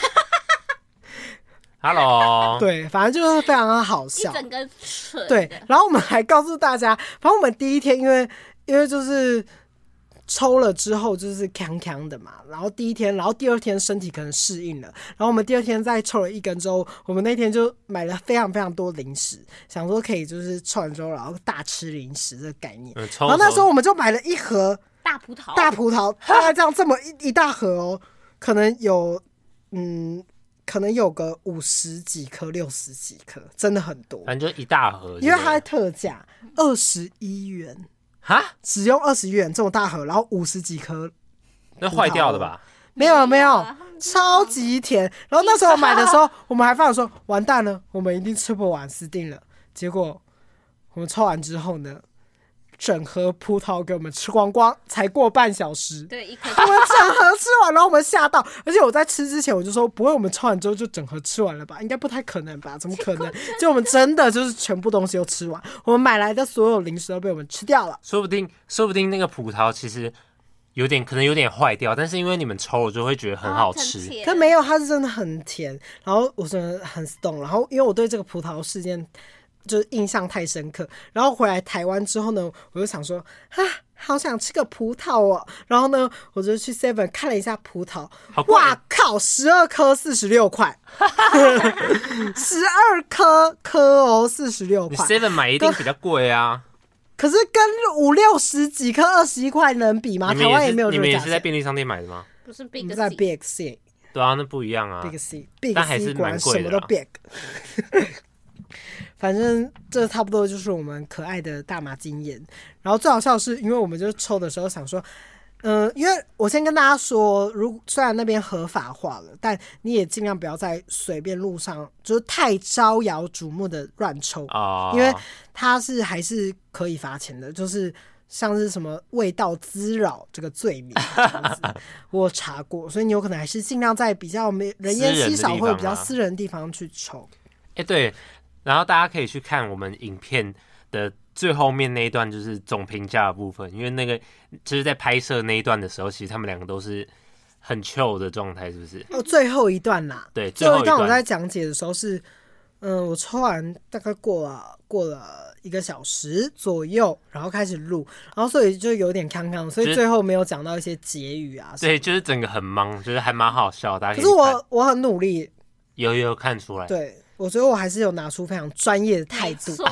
B: ？Hello，
A: 对，反正就是非常的好
C: 一
A: 笑，
C: 整个 蠢。
A: 对，然后我们还告诉大家，反正我们第一天因为因为就是抽了之后就是强强的嘛，然后第一天，然后第二天身体可能适应了，然后我们第二天再抽了一根之后，我们那天就买了非常非常多零食，想说可以就是抽完之后然后大吃零食这个概念。
B: 嗯，抽
A: 然后那
B: 抽
A: 时候我们就买了一盒
C: 大葡萄，
A: 大葡萄，大概这样这么一一大盒哦，可能有嗯，可能有个五十几颗、六十几颗，真的很多。
B: 反正就一大盒，
A: 因为它
B: 对
A: 的
B: 不对
A: 特价二十一元，
B: 哈，
A: 只用二十元这种大盒，然后五十几颗，
B: 那坏掉了吧？
A: 没有没有
C: 啊，
A: 超级甜。然后那时候买的时候，我们还放说完蛋了，我们一定吃不完，死定了。结果我们抽完之后呢，整盒葡萄给我们吃光光，才过半小时。
C: 对，一颗
A: 我们整盒吃完，然后我们吓到，而且我在吃之前我就说，不会，我们抽完之后就整盒吃完了吧？应该不太可能吧？怎么可能？就我们真的就是全部东西都吃完，我们买来的所有零食都被我们吃掉了。
B: 说不定，说不定那个葡萄其实有点，可能有点坏掉，但是因为你们抽了，就会觉得
A: 啊
B: 很好吃。
A: 可没有，它是真的很甜，然后我真的很 stone，然后因为我对这个葡萄事件就是印象太深刻，然后回来台湾之后呢，我就想说啊，好想吃个葡萄哦，然后呢，我就去 Seven 看了一下葡萄
B: 好，贵
A: 哇靠，十二颗四十六块， 十二颗颗哦四十六
B: 你
A: 块，
B: seven 买一定比较贵 啊，
A: 可是跟五六十几颗二十一块能比吗？
B: 你
A: 台
B: 们
A: 湾
B: 也是
A: 没有
B: 你
A: 这
B: 们
A: 个
B: 也
A: 价
B: 是在
A: 钱。
B: 便利商店买的吗？
C: 不是
A: 我
C: big，
A: 们在
C: C
A: Big C，
B: 对啊，那不一样啊
A: Big。C，Big
B: 但还
A: C
B: 是
A: 果然
B: 蛮
A: 什
B: 贵
A: 么
B: 的啊
A: 都
B: 啦
A: Big。反正这差不多就是我们可爱的大麻经验。然后最好笑的是，因为我们就抽的时候想说，嗯、因为我先跟大家说，如虽然那边合法化了，但你也尽量不要在随便路上就是太招摇瞩目的乱抽
B: 啊，
A: 因为它是还是可以罚钱的，就是像是什么味道滋扰这个罪名这样 子，我有查过，所以你有可能还是尽量在比较没人烟
B: 私人的
A: 稀少
B: 地
A: 或者
B: 方
A: 比较
B: 啊
A: 私人的地方去抽。
B: 哎对，然后大家可以去看我们影片的最后面那一段，就是总评价的部分，因为那个就是在拍摄那一段的时候，其实他们两个都是很 chill 的状态，是不是？
A: 哦，最后一段啦，
B: 对
A: 最后
B: 最后一段
A: 我在讲解的时候是，嗯，我抽完大概过了过了一个小时左右，然后开始录，然后所以就有点康康，所以
B: 就是
A: 最后没有讲到一些结语啊。
B: 对，，就是整个很忙，就是还蛮好笑的，大家
A: 可
B: 可
A: 是
B: 以去看
A: 我我很努力，
B: 有有看出来，
A: 对我觉得我还是有拿出非常专业的态
C: 没
A: 度。
C: 错，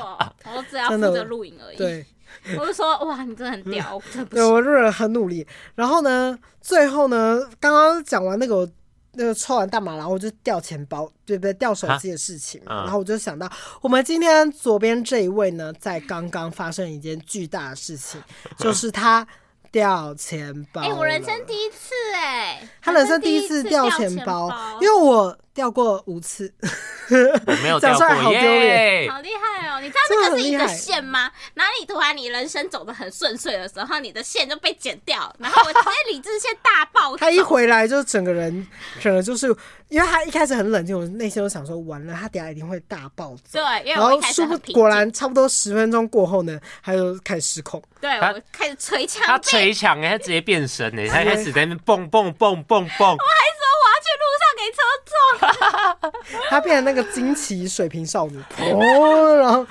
C: 我只要负
A: 真的
C: 责录影而已。
A: 对，嗯
C: 我就说哇，你真的很屌，我真的不
A: 对
C: 行。
A: 我就是很努力。然后呢，最后呢，刚刚讲完那个我那个抽完大麻，然后我就掉钱包，对不对？掉手机的事情嘛。
B: 啊嗯
A: 然后我就想到，我们今天左边这一位呢，在刚刚发生一件巨大的事情，就是他掉钱包了。
C: 哎、我人生第一次哎、
A: 他人生
C: 第
A: 第一次
C: 掉
A: 掉钱包，因
C: 为
A: 为我掉过五次。
B: 我没 有
A: 讲
B: 掉
A: 出来好
B: 过
A: 丢脸
B: 耶。
C: 好厉害哦！你知道
A: 真的
C: 这
A: 很
C: 个是一
A: 厉
C: 个
A: 害
C: 线吗？然后你突然你人生走的很顺遂的时候，你的线就被剪掉，然后我直接理智线大爆
A: 他一回来就整个人，整个就是，因为他一开始很冷静，我内心都想说，完了，他等下一定会大暴走。
C: 对，因
A: 然
C: 为我
A: 后
C: 一开始
A: 殊不
C: 很平
A: 果
C: 静，
A: 然，差不多十分钟过后呢，他就开始失控。
C: 对
B: 他
C: 我开始捶墙
B: 他
C: 壁，说我
B: 捶墙哎，他直接变身哎，他开始在那边蹦蹦蹦蹦蹦，
C: 要去路上给车撞，
A: 他变成那个惊奇水瓶少 女，哦，然后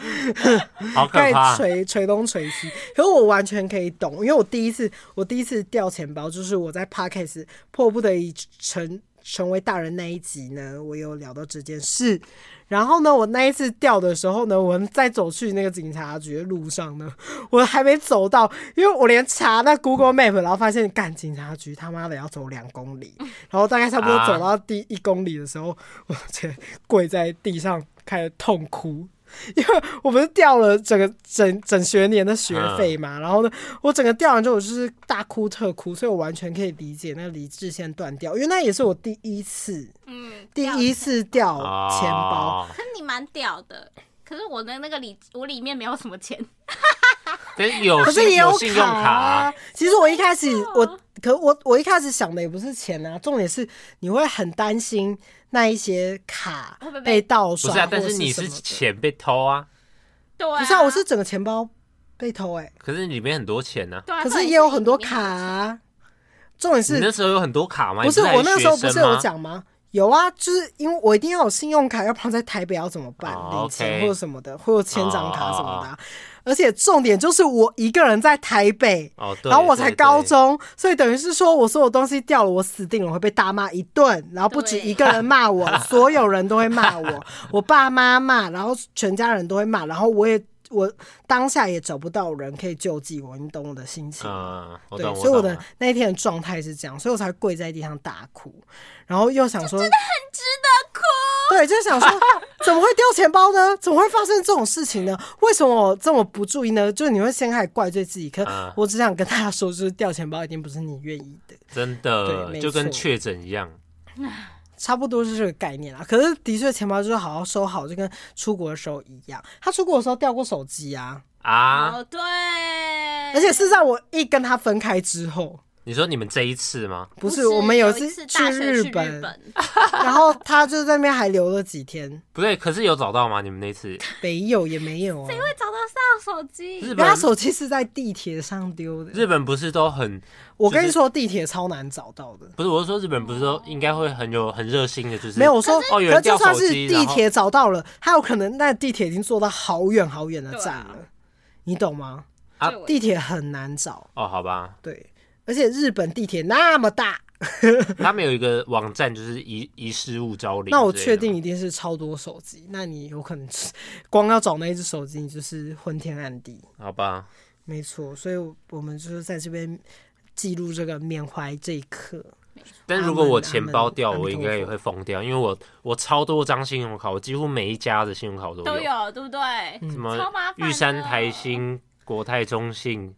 B: 好可
A: 开
B: 怕
A: 始！捶捶东捶西。可是我完全可以懂，因为我第一次我第一次掉钱包，就是我在 podcast 迫不得已成成为大人那一集呢，我有聊到这件事。然后呢，我那一次掉的时候呢，我在走去那个警察局的路上呢，我还没走到，因为我连查那 Google Map，然后发现干警察局他妈的要走两公 里，然后大概差不多
B: 啊
A: 走到第一公里的时候，我直接跪在地上开始痛哭，因为我不是掉了整个整整学年的学费
B: 嗯
A: 嘛，然后呢，我整个掉完之后，我就是大哭特哭，所以我完全可以理解那个理智线断掉，因为那也是我第一次
C: 嗯，
A: 第
C: 掉
A: 一次掉钱包，
B: 哦
C: 可是你蛮屌的，可是我的那个里我里面没有什么钱，
B: 但是有
A: 可是
B: 信
A: 也有
B: 信用卡
A: 啊
B: 啊，。
A: 其实我一开始
C: 哦
A: 我，可我我一开始想的也不是钱啊，重点是你会很担心那一些卡
C: 会不会
A: 被
C: 被
A: 盗
B: 不
A: 刷，
B: 是啊，但
A: 或者
B: 是你
A: 什
B: 是
A: 么的
B: 钱被偷啊，
C: 对啊，
A: 不是啊？我是整个钱包被偷哎、
B: 可是里面很多钱呢、
C: 对啊，
A: 可
C: 到
A: 是
C: 底
A: 也有很多
C: 里面
A: 卡、啊。重点
B: 你那
A: 是
B: 时候有很多卡吗？
A: 不是
B: 你还
A: 我那时候
B: 学
A: 不
B: 生
A: 是有
B: 吗？
A: 讲吗？有啊，就是因为我一定要有信用卡，要不然在台北要怎么办？
B: 哦
A: 领钱
B: OK
A: 或者什么的，或者千张卡什么的啊、
B: 哦
A: 而且重点就是我一个人在台北，
B: 哦，对，
A: 然后我才
B: 对
A: 高，中，所以等于是说我所有东西掉了，我死定了，我会被大骂一顿。然后不止一个人骂 我，所有人都会骂我，我爸妈骂，然后全家人都会骂，然后我也我当下也找不到人可以救济我，你懂我的心情
B: 对
A: 吗？
B: 嗯，我
A: 对，
B: 懂，
A: 所以我
B: 懂
A: 的那一天的状态是这样，所以我才跪在地上大哭，然后又想说，
C: 值得哭。
A: 对，就想 说怎么会掉钱包呢？怎么会发生这种事情呢？为什么我这么不注意呢？就是你会先开始怪罪自己，可
B: 啊
A: 我只想跟大家说，就是掉钱包一定不是你愿意的，
B: 真
A: 对
B: 的
A: 没
B: 就跟
A: 错
B: 确诊一样，
A: 差不多是这个概念啦。可是的确，钱包就是好好收好，就跟出国的时候一样。他出国的时候掉过手机啊，
B: 啊！
C: 哦，对，
A: 而且是在我一跟他分开之后。
B: 你说你们这一次吗？
A: 不是，
C: 是
A: 我们
C: 有
A: 有
C: 一次
A: 去
C: 大学
A: 日
C: 去
A: 本，
C: 本，
A: 然后他就在那边还留了几天，
B: 不对，可是有找到吗？你们那次
A: 没有也没有啊。
C: 会找到上手机。
B: 日
A: 因为他
B: 本
A: 手机是在地铁上丢的。
B: 日本不是都很
A: 我跟
B: 就
A: 你
B: 是
A: 说，地铁超难找到的。
B: 不是？我是说日本不是都应该会很有很热心的，就是
A: 没有，我说，
B: 哦，有
A: 可
B: 人
A: 就
B: 掉
A: 算
B: 手
A: 是
B: 机，
A: 地
B: 然后
A: 铁找到了，他有可能那地铁已经坐到好远好远的
C: 对啊
A: 站了，你懂吗？
B: 啊
C: 这我
A: 地铁很难找，
B: 哦，好吧，
A: 对，而且日本地铁那么大，
B: 他们有一个网站就是遗遗失物招领，
A: 那我确定。一定是超多手机，那你有可能光要找那一只手机，你就是昏天暗地，
B: 好吧，
A: 没错。所以我们就是在这边记录这个缅怀这一刻。
B: 但如果我
A: 他们
B: 钱包掉，
A: 他们
B: 我应该也会疯掉，因为我我超多张信用卡，我几乎每一家的信用卡我
C: 都
B: 都
A: 啊
B: 有，
C: 有，对不对？
A: 嗯
B: 什么
C: 超麻烦的
B: 玉山、台新、国泰、中信，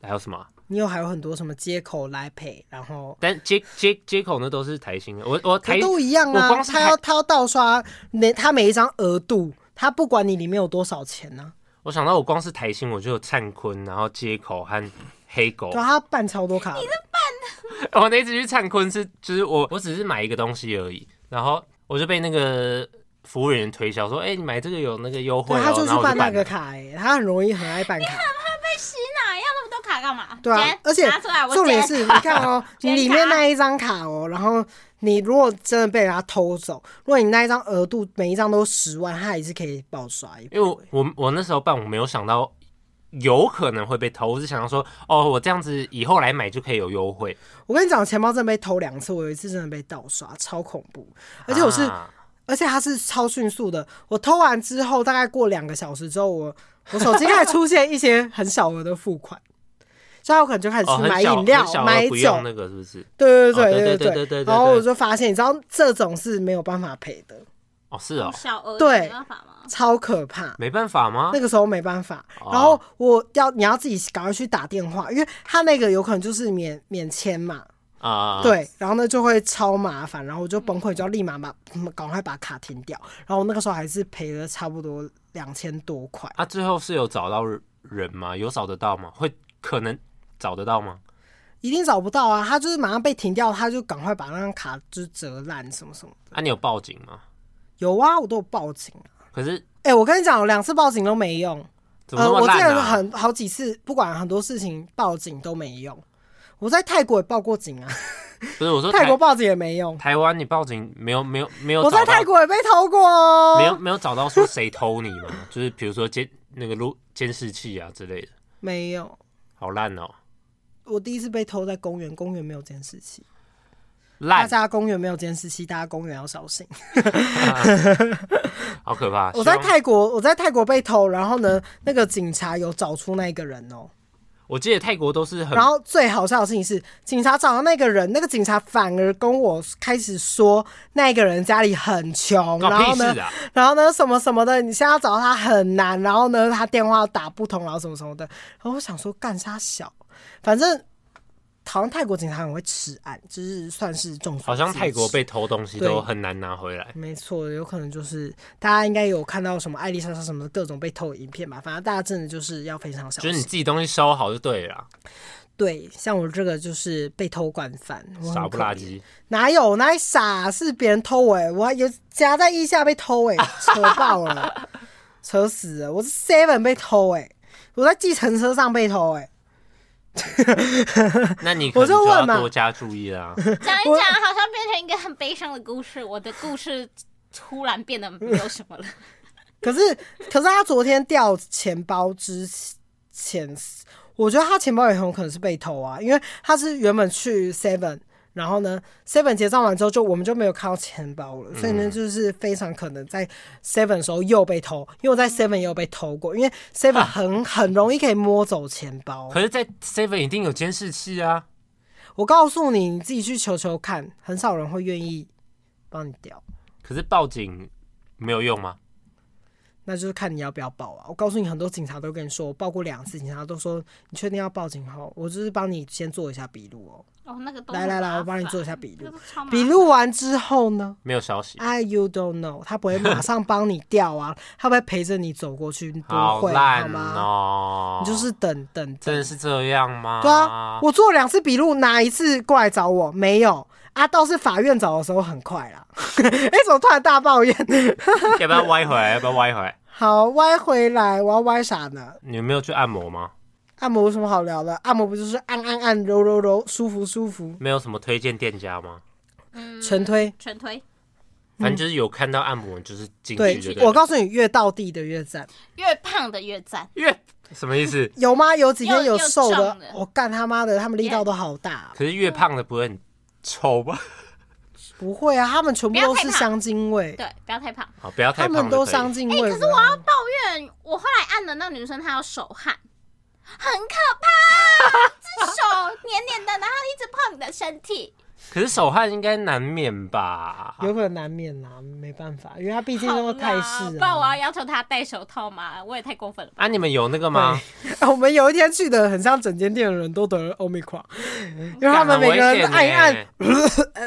B: 还有什么啊？
A: 你有还有很多什么接口来赔，然后
B: 但接接接口那都是台新的，我我
A: 可
B: 台
A: 都一样
B: 我
A: 啊，
B: 光是
A: 他
B: 台
A: 要他要盗刷，那他每一张额度，他不管你里面有多少钱啊呢、
B: 我想到我光是台新我就有灿坤，然后接口和黑狗
A: 啊，对，啊，他办超多卡的，
B: 我那一次去灿坤是，就是我我只是买一个东西而已，然后我就被那个服务人员推销说，哎、你买这个有那个优惠、
A: 对，啊
B: 哦，
A: 他就
B: 然
A: 去
B: 后我
A: 办
B: 就
A: 那
B: 办
A: 个
B: 了。
A: 卡、欸，他很容易很爱办卡，
C: 洗脑要那么多卡干嘛？
A: 对啊
C: 姐，
A: 而且
C: 拿出来，我
A: 重点
C: 姐
A: 是，你看 哦，你
C: 剪
A: 里面那一张卡哦，然后你如果真的被人家偷走，如果你那一张额度每一张都十万，他也是可以爆刷一波
B: 因为我我我那时候办，我没有想到有可能会被偷，我是想到说，哦，我这样子以后来买就可以有优惠，
A: 我跟你讲，钱包真的被偷两次，我有一次真的被盗刷，超恐怖，而且我是。
B: 啊
A: 而且它是超迅速的。我偷完之后，大概过两个小时之后，我我手机开始出现一些很小额的付款， 所以我可能就开始
B: 哦
A: 去
B: 很
A: 买
B: 小
A: 饮料、
B: 很小
A: 买
B: 而不用
A: 酒。
B: 那个是不是？
A: 对对
B: 哦对
A: 对
B: 对
A: 对
B: 对对对
A: 然后我
B: 对
A: 就发现，你知道这种是没有办法赔的，
B: 哦，是哦，
C: 小额
A: 对
C: 没办法吗？
B: 啊
A: 超可怕。
B: 没办法吗
A: 那？个时候没办法，
B: 哦
A: 然后我要你要自己赶快去打电话，因为他那个有可能就是免免签嘛，
B: 啊、，
A: 对，然后呢就会超麻烦，然后我就崩溃，就要立马把 嗯赶快把卡停掉。然后我那个时候还是赔了差不多两千多块，
B: 啊，最后是有找到人吗？有找得到吗？会可能找得到吗？
A: 一定找不到啊！他就是马上被停掉，他就赶快把那张卡就是折烂什么什么的。
B: 啊，你有报警吗？
A: 有啊，我都有报警啊。
B: 可是
A: 哎、我跟你讲，两次报警都啊没用。
B: 怎么那
A: 呃，
B: 么
A: 我之
B: 烂
A: 前
B: 啊？
A: 很好几次，不管很多事情报警都没用。我在泰国也报过警啊，
B: 不是我说
A: 泰国报警也没用。
B: 台湾，你报警没有没有没有
A: 我在
B: 找到
A: 泰国也被偷过哦。
B: 没有没有找到说谁偷你吗？ 就是比如说监那个录监视器啊之类的，
A: 没有，
B: 好烂哦，
A: 我第一次被偷在公园，公园没有监视器。大
B: 烂，
A: 家公园没有监视器，大家公园要小心。
B: 好可怕。
A: 我在
B: 希望
A: 泰国，我在泰国被偷，然后呢，那个警察有找出那个人哦、
B: 我记得泰国都是很
A: 然后最好笑的事情是，警察找到那个人，那个警察反而跟我开始说那个人家里很穷，
B: 搞
A: 然后
B: 屁
A: 呢
B: 事，啊！
A: 然后呢什么什么的，你现在要找他很难，然后呢他电话打不通，然后什么什么的。然后我想说干啥小，反正好像泰国警察很会吃案，就是算是重
B: 好像泰国
A: 被。
B: 被偷东西
A: 对
B: 都很难拿回来。
A: 没错，有可能就是大家应该有看到什么艾丽莎莎什么各种被偷的影片吧，反正大家真的就是要非常小
B: 就是你
A: 心。
B: 自己东西收好就对了啊啦，
A: 对，像我这个就是被偷惯犯，我很
B: 傻不
A: 可
B: 拉
A: 怜，
B: 几。
A: 哪有哪傻是别人偷我、欸，我还有夹在腋下被偷哎、扯爆了， 扯死了！我是 seven 被偷哎、我在计程车上被偷哎、
B: 那你可能
A: 我就
B: 就
A: 问
B: 要
A: 嘛
B: 多加注意啊啦。
C: 讲一讲，好像变成一个很悲伤的故事。我的故事突然变得没有 什么了。
A: 可是，可是他昨天掉钱包之前，我觉得他钱包也很有可能是被偷啊，因为他是原本去 Seven，然后呢，Seven 结账完之后就我们就没有看到钱包了，所以呢，就是非常可能在 Seven 的时候又被偷，因为我在 Seven 也有被偷过，因为 Seven 很很容易可以摸走钱包。
B: 可是，在 Seven 一定有监视器啊，
A: 我告诉你，你自己去求求看，很少人会愿意帮你掉。
B: 可是报警没有用吗？
A: 那就是看你要不要报啊！我告诉你，很多警察都跟你说，我报过两次，警察都说你确定要报警后，我就是帮你先做一下笔录哦。
C: 哦，那个都
A: 来
C: 很
A: 来来，
C: 麻
A: 我帮你做一下
C: 烦
A: 笔
C: 那
A: 录
C: 个。超麻
A: 笔
C: 烦
A: 录完之后呢
B: 没有消息。
A: ？I you don't know，他不会马上帮你调啊，他不会陪着你走过去，不
B: 好
A: 会好
B: 烂
A: 吗？
B: 哦！
A: 你就是等等
B: 真的
A: 等。
B: 是这样吗？
A: 对 啊，我做两次笔录，哪一次过来找我？没有啊，倒是法院找的时候很快啦。 哎、怎么突然大抱怨？
B: 要不要歪回来？要不要歪回来？
A: 好，歪回来，我要歪啥呢？
B: 你没有去按摩吗？
A: 按摩有什么好聊的？按摩不就是按按按、揉揉揉，舒服舒服，
B: 没有什么推荐店家吗？
C: 嗯
A: 全推。
C: 全推，
B: 反正就是有看到按摩，就是进
A: 嗯对
B: 去就，
A: 我
B: 了。
A: 告诉你，越到地的越赞。
C: 越胖的越赞。
B: 因为什么意思？
A: 有吗？有几天
C: 又
A: 有
C: 又
A: 瘦的
C: 重的，
A: 我干他妈的，他们力道都好大哦、
B: 可是越胖的不会很臭 吧？
A: 不会啊，他们全部
C: 不要
A: 都
C: 太
A: 是
C: 胖
A: 香精味，
C: 对，不要太胖。
B: 哦好，不要太
A: 他
B: 胖就可
A: 们
B: 以。
A: 都香精味。啊
C: 哎、
A: 你
C: 可
A: 知
C: 是
A: 道
C: 我要
A: 吗
C: 抱怨，我后来按的那女生她要手汗，很可怕，这手黏黏的，然后一直碰你的身体，
B: 可是手汗应该难免吧？
A: 有可能难免啦、没办法，因为他毕竟
C: 好
A: 都是泰
C: 啦
A: 式
C: 不然我
A: 啊。
C: 要要求她戴手套嘛，我也太过分了吧。
B: 啊，你们有那个吗？
A: 我们有一天去的，很像整间店的人都得了 omicron，因为他们
B: 嗯 干
A: 每个
B: 很
A: 人
B: 危险
A: 按一按
B: 欸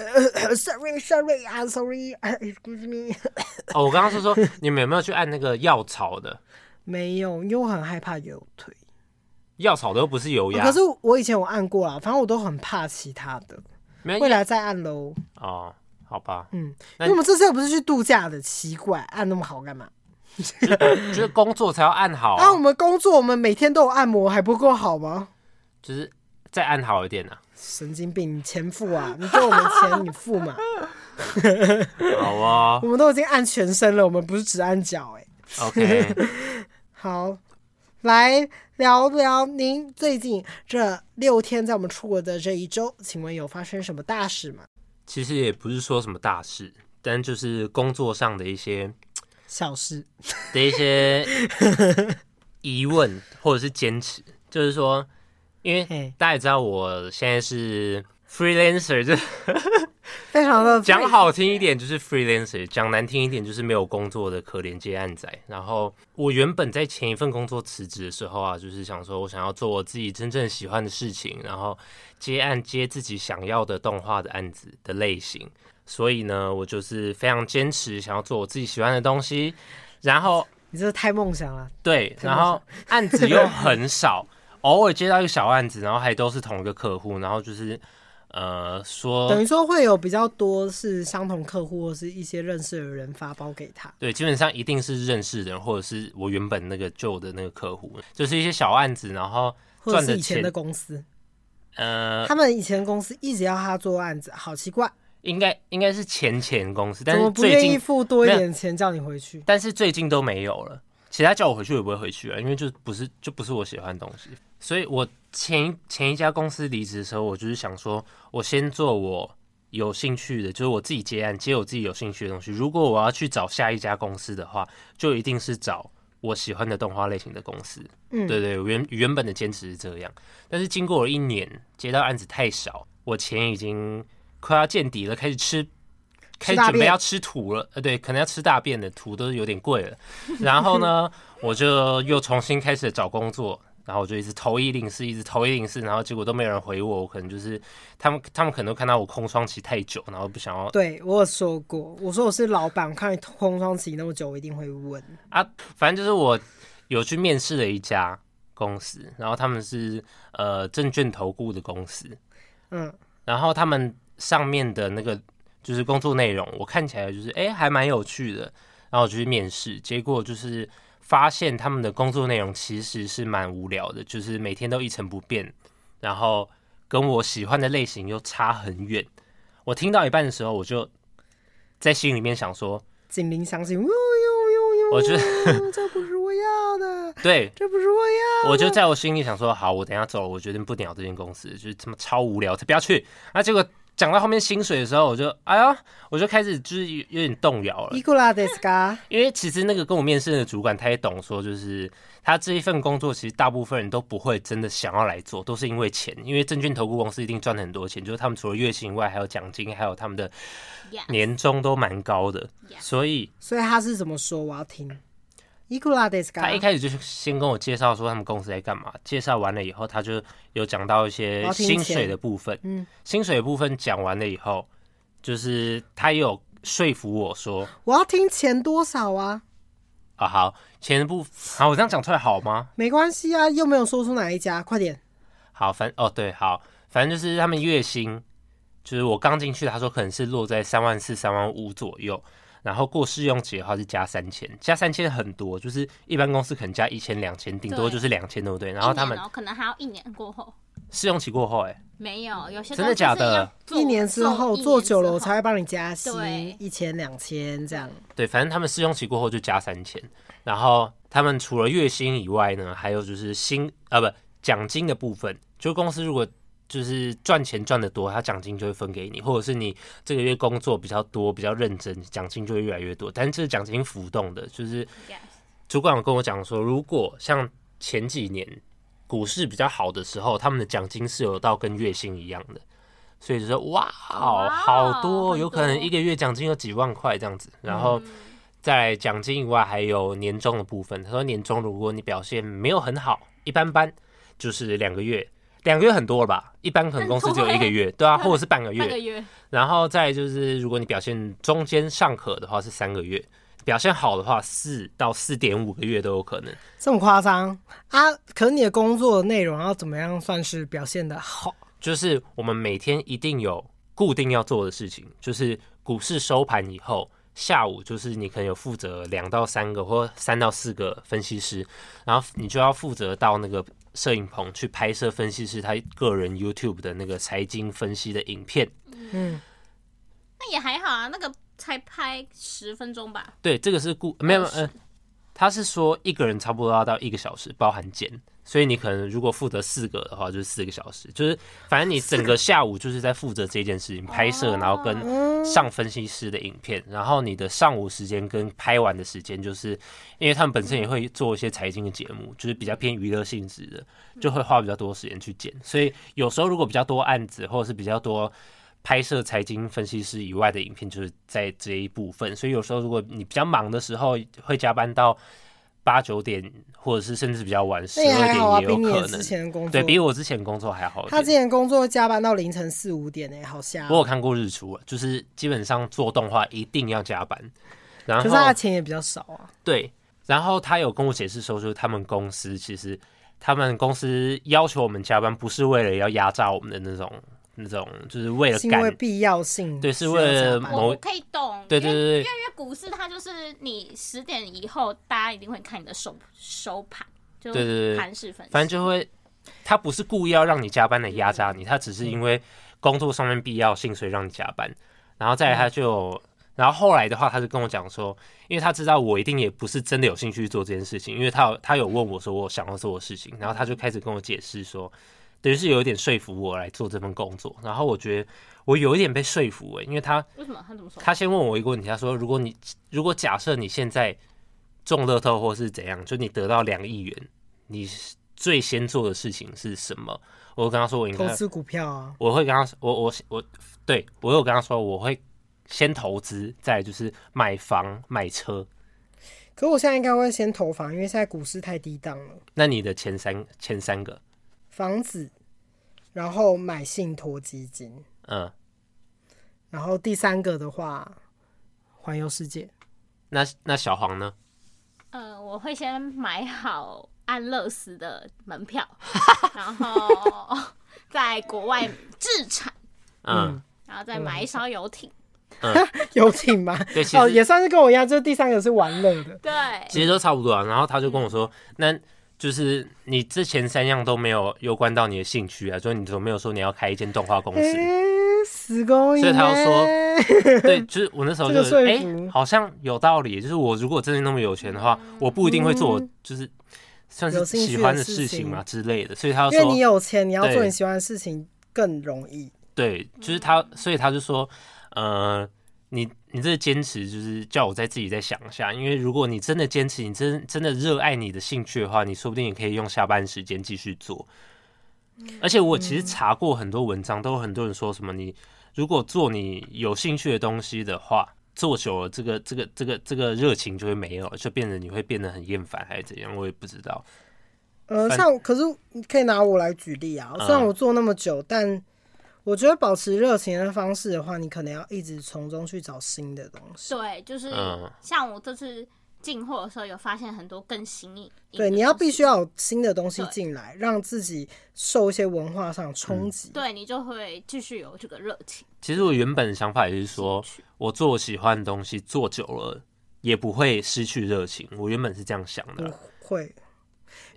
A: ，sorry sorry 啊，sorry 啊，excuse me，
B: 哦，我刚刚是说你们有没有去按那个药草的？
A: 没有，因为我很害怕有腿。
B: 药草的又不是油
A: 哦
B: 压，
A: 可是我以前有按过啦，反正我都很怕其他的，
B: 没有
A: 未来再按喽。
B: 哦，好吧，
A: 嗯，因
B: 那
A: 为我们这次又不是去度假的，奇怪，按那么好干嘛？
B: 就是工作才要按好 啊、
A: 啊，我们工作，我们每天都有按摩，还不够好吗？
B: 就是再按好一点啊。
A: 神经病，你钱付 啊，你给我们钱，你付嘛。
B: 好 哦
A: 我们都已经按全身了，我们不是只按脚哎、
B: ，OK，
A: 好，来聊聊您最近这六天在我们出国的这一周，请问有发生什么大事吗？
B: 其实也不是说什么大事，但就是工作上的一些
A: 小事，
B: 的一些疑问或者是坚持，就是说，因为
A: 嘿
B: 大家也知道我现在是 freelancer，就是
A: 非常的
B: 讲好听一点就是 freelancer，讲难听一点就是没有工作的可怜接案仔。然后我原本在前一份工作辞职的时候啊，就是想说我想要做我自己真正喜欢的事情，然后接案接自己想要的动画的案子的类型。所以呢，我就是非常坚持想要做我自己喜欢的东西，然后
A: 你这太梦想了，
B: 对，
A: 太
B: 然
A: 梦
B: 后案子又很少，偶尔接到一个小案子，然后还都是同一个客户，然后就是呃说
A: 等于说会有比较多是相同客户或是一些认识的人发包给他。
B: 对，基本上一定是认识的人，或者是我原本那个旧的那个客户，就是一些小案子，然后
A: 或者
B: 赚
A: 是
B: 的
A: 以前
B: 钱嗯
A: 的，公司，
B: 呃，
A: 他们以前的公司一直要他做案子，好奇怪，
B: 应该应该是前前公司，
A: 怎
B: 但
A: 么
B: 是
A: 不
B: 最
A: 愿意
B: 近，
A: 付多一
B: 没有
A: 点钱叫你回去？
B: 但是最近都没有了。其他叫我回去，我也不会回去啊，因为就不是就不是我喜欢的东西。所以我前一前一家公司离职的时候，我就是想说，我先做我有兴趣的，就是我自己接案，接我自己有兴趣的东西。如果我要去找下一家公司的话，就一定是找我喜欢的动画类型的公司。
A: 嗯
B: 对对，原原本的坚持是这样，但是经过了一年，接到案子太少，我钱已经快要见底了，开始吃，开始
A: 大
B: 准备
A: 便
B: 要吃土了，呃，对，可能要吃大便的土都有点贵了。然后呢，我就又重新开始找工作，然后我就一直投一零四，一直投一零四，然后结果都没有人回我，我可能就是他们他们可能都看到我空窗期太久，然后不想要
A: 对我有说过，我说我是老板，我看你空窗期那么久，我一定会问。
B: 啊，反正就是我有去面试了一家公司，然后他们是呃证券投顾的公司，
A: 嗯，
B: 然后他们上面的那个就是工作内容，我看起来就是哎、诶还蛮有趣的，然后我就去面试，结果就是发现他们的工作内容其实是蛮无聊的，就是每天都一成不变，然后跟我喜欢的类型又差很远。我听到一半的时候，我就在心里面想说，
A: 警铃响起，呦呦呦呦，
B: 我觉
A: 得这不是我要的，
B: 对
A: 这不是我要的。
B: 我就在我心里想说，好，我等一下走了，我决定不鸟这间公司，就是他妈超无聊，才不要去。那、结果讲到后面薪水的时候，我就哎呀，我就开始就是有有点动摇了
A: 伊，古拉德斯卡，
B: 因为其实那个跟我面试的主管他也懂说，就是他这一份工作其实大部分人都不会真的想要来做，都是因为钱，因为证券投顾公司一定赚很多钱，就是他们除了月薪以外，还有奖金，还有他们的
C: Yeah
B: 年终都蛮高的，
C: Yeah
B: 所以
A: 所以他是怎么说？我要听。伊古拉德斯卡，
B: 他一开始就是先跟我介绍说他们公司在干嘛，介绍完了以后，他就有讲到一
A: 我
B: 些
A: 要听
B: 薪
A: 钱
B: 水的部分，
A: 嗯，
B: 薪水的部分讲完了以后，就是他也有说服我说
A: 我要听钱多少啊？
B: 啊，好，前部好，我这样讲出来好吗？
A: 没关系啊，又没有说出哪一家，快点。
B: 好，反哦对，好，反正就是他们月薪，就是我刚进去，他说可能是落在三万四、三万五左右，然后过试用期的话是加三千，加三千很多，就是一般公司可能加一千、两千，顶多
C: 对
B: 就是两千，对不对？然后他们
C: 一年哦可能还要一年过后，
B: 试用期过后、哎。
C: 没有有些
B: 真的
C: 公司
B: 假
C: 是
B: 的
C: 要做
A: 一年之后做久了，我才会帮你加
C: 对
A: 薪，一千、两千这样。
B: 对，反正他们试用期过后就加三千，然后他们除了月薪以外呢，还有就是薪啊不奖金的部分，就公司如果就是赚钱赚得多，他奖金就会分给你，或者是你这个月工作比较多、比较认真，奖金就会越来越多。但是这个奖金浮动的，就是主管有跟我讲说，如果像前几年股市比较好的时候，他们的奖金是有到跟月薪一样的，所以就说哇，
C: 哇
B: 好多，
C: 很
B: 有可能
C: 多嗯
B: 一个月奖金有几万块这样子。然后再来奖金以外，还有年终的部分。他说年终如果你表现没有很好，一般般，就是两个月。两个月很多了吧？一般可能公司只有一个月，对啊，或者是半个月
C: 半。个月
B: 然后再来就是，如果你表现中间尚可的话是三个月，表现好的话四到四点五个月都有可能。
A: 这么夸张啊？可是你的工作内容要怎么样算是表现的好？
B: 就是我们每天一定有固定要做的事情，就是股市收盘以后，下午就是你可能有负责两到三个或三到四个分析师，然后你就要负责到那个摄影棚去拍摄分析师他个人 YouTube 的那个财经分析的影片。
A: 嗯，
C: 那也还好啊，那个才拍十分钟吧，
B: 对，这个是固没有，嗯、呃，他是说一个人差不多要到一个小时，包含剪。所以你可能如果负责四个的话，就是四个小时，就是反正你整个下午就是在负责这件事情，拍摄，然后跟上分析师的影片，然后你的上午时间跟拍完的时间，就是因为他们本身也会做一些财经的节目，就是比较偏娱乐性质的，就会花比较多时间去剪。所以有时候如果比较多案子，或者是比较多拍摄财经分析师以外的影片，就是在这一部分。所以有时候如果你比较忙的时候，会加班到八九点，或者是甚至比较晚十
A: 那
B: 二
A: 也还好啊，
B: 点也
A: 比
B: 有
A: 你
B: 可
A: 的之
B: 能。
A: 前的工作
B: 对，比我之前工作还好一
A: 他之
B: 点。
A: 前工作加班到凌晨四五点呢、好吓
B: 我有
A: 哦、
B: 看过日出啊，就是基本上做动画一定要加班。然后
A: 可是他的钱也比较少啊。
B: 对，然后他有跟我解释说，就是他们公司其实他们公司要求我们加班，不是为了要压榨我们的那种那种，就是为了
A: 是因为
B: 赶。
A: 必要性，
B: 哎对是
A: 需要加
B: 为了
A: 班
B: 某
C: 我我可以懂，
B: 对
C: 因
B: 对
C: 为
B: 对对
C: 因为股市它就是你十点以后，大家一定会看你的收收盘，就
B: 对对对
C: 盘势分析，
B: 反正就会，他不是故意要让你加班来压榨你，他只是因为工作上面必要性，所以让你加班。然后再来他就，然后后来的话，他就跟我讲说，因为他知道我一定也不是真的有兴趣做这件事情，因为他有他有问我说我想要做的事情，然后他就开始跟我解释说，等于是有一点说服我来做这份工作。然后我觉得我有一点被说服欸诶、因为他
C: 为什么他怎么说？
B: 他先问我一个问题，他说：“如果你如果假设你现在中乐透或是怎样，就你得到两亿元，你最先做的事情是什么？我跟他说我应
A: 投
B: 该，
A: 资股票啊，
B: 我会跟他说，我我我，对我有跟他说我会先投资，再来就是买房买车。
A: 可我现在应该会先投房，因为现在股市太低档了。
B: 那你的前三前三个，
A: 房子，然后买信托基金，
B: 嗯，
A: 然后第三个的话，环游世 界。
B: 那那小黄呢？
C: 呃，我会先买好安乐死的门 票，然后在国外置产，
B: 嗯，
C: 然后再买一艘游 艇。
A: 游艇吗？
B: 对其实
A: 哦，也算是跟我一样，就是第三个是玩乐的。
C: 对，
B: 其实都差不
A: 嗯
B: 多啊。然后他就跟我说，那就是你之前三样都没有攸关到你的兴趣啊，所以你都没有说你要开一间动画公司。
A: 诶，死勾引、
B: 所以他要说
A: 说，
B: 对，就是我那时候
A: 这
B: 就
A: 个
B: 是
A: 说
B: 哎、
A: 服
B: 好像有道理。就是我如果真的那么有钱的话，我不一定会做我就是算
A: 嗯
B: 是
A: 有兴趣
B: 喜
A: 的
B: 欢的
A: 事
B: 事
A: 情
B: 情嘛之类的。所以他就
A: 因为你
B: 说，
A: 有钱，你要做
B: 对
A: 你喜欢的事情更容易。
B: 对，就是他，所以他就说，呃，你你这个坚持就是叫我再自己再想一下，因为如果你真的坚持，你真真的热爱你的兴趣的话，你说不定也可以用下班时间继续做。而且我其实查过很多文章，都有很多人说什么你如果做你有兴趣的东西的话，做久了这个这个这个这个热情就会没有了，就变得你会变得很厌烦还是怎样，我也不知道。
A: 呃，
B: 反
A: 像可是你可以拿我来举例啊，虽然
B: 嗯
A: 我做那么久，但我觉得保持热情的方式的话，你可能要一直从中去找新的东西。
C: 对，就是
B: 嗯
C: 像我这次进货的时候，有发现很多更新颖。
A: 对，你要必须。要有新的东西
C: 对
A: 进来，让自己受一些文化上的冲
B: 嗯
A: 击。
C: 对你就会继续有这个热情。
B: 其实我原本的想法也是说，我做我喜欢的东西做久了也不会失去热情。我原本是这样想的啦，
A: 会，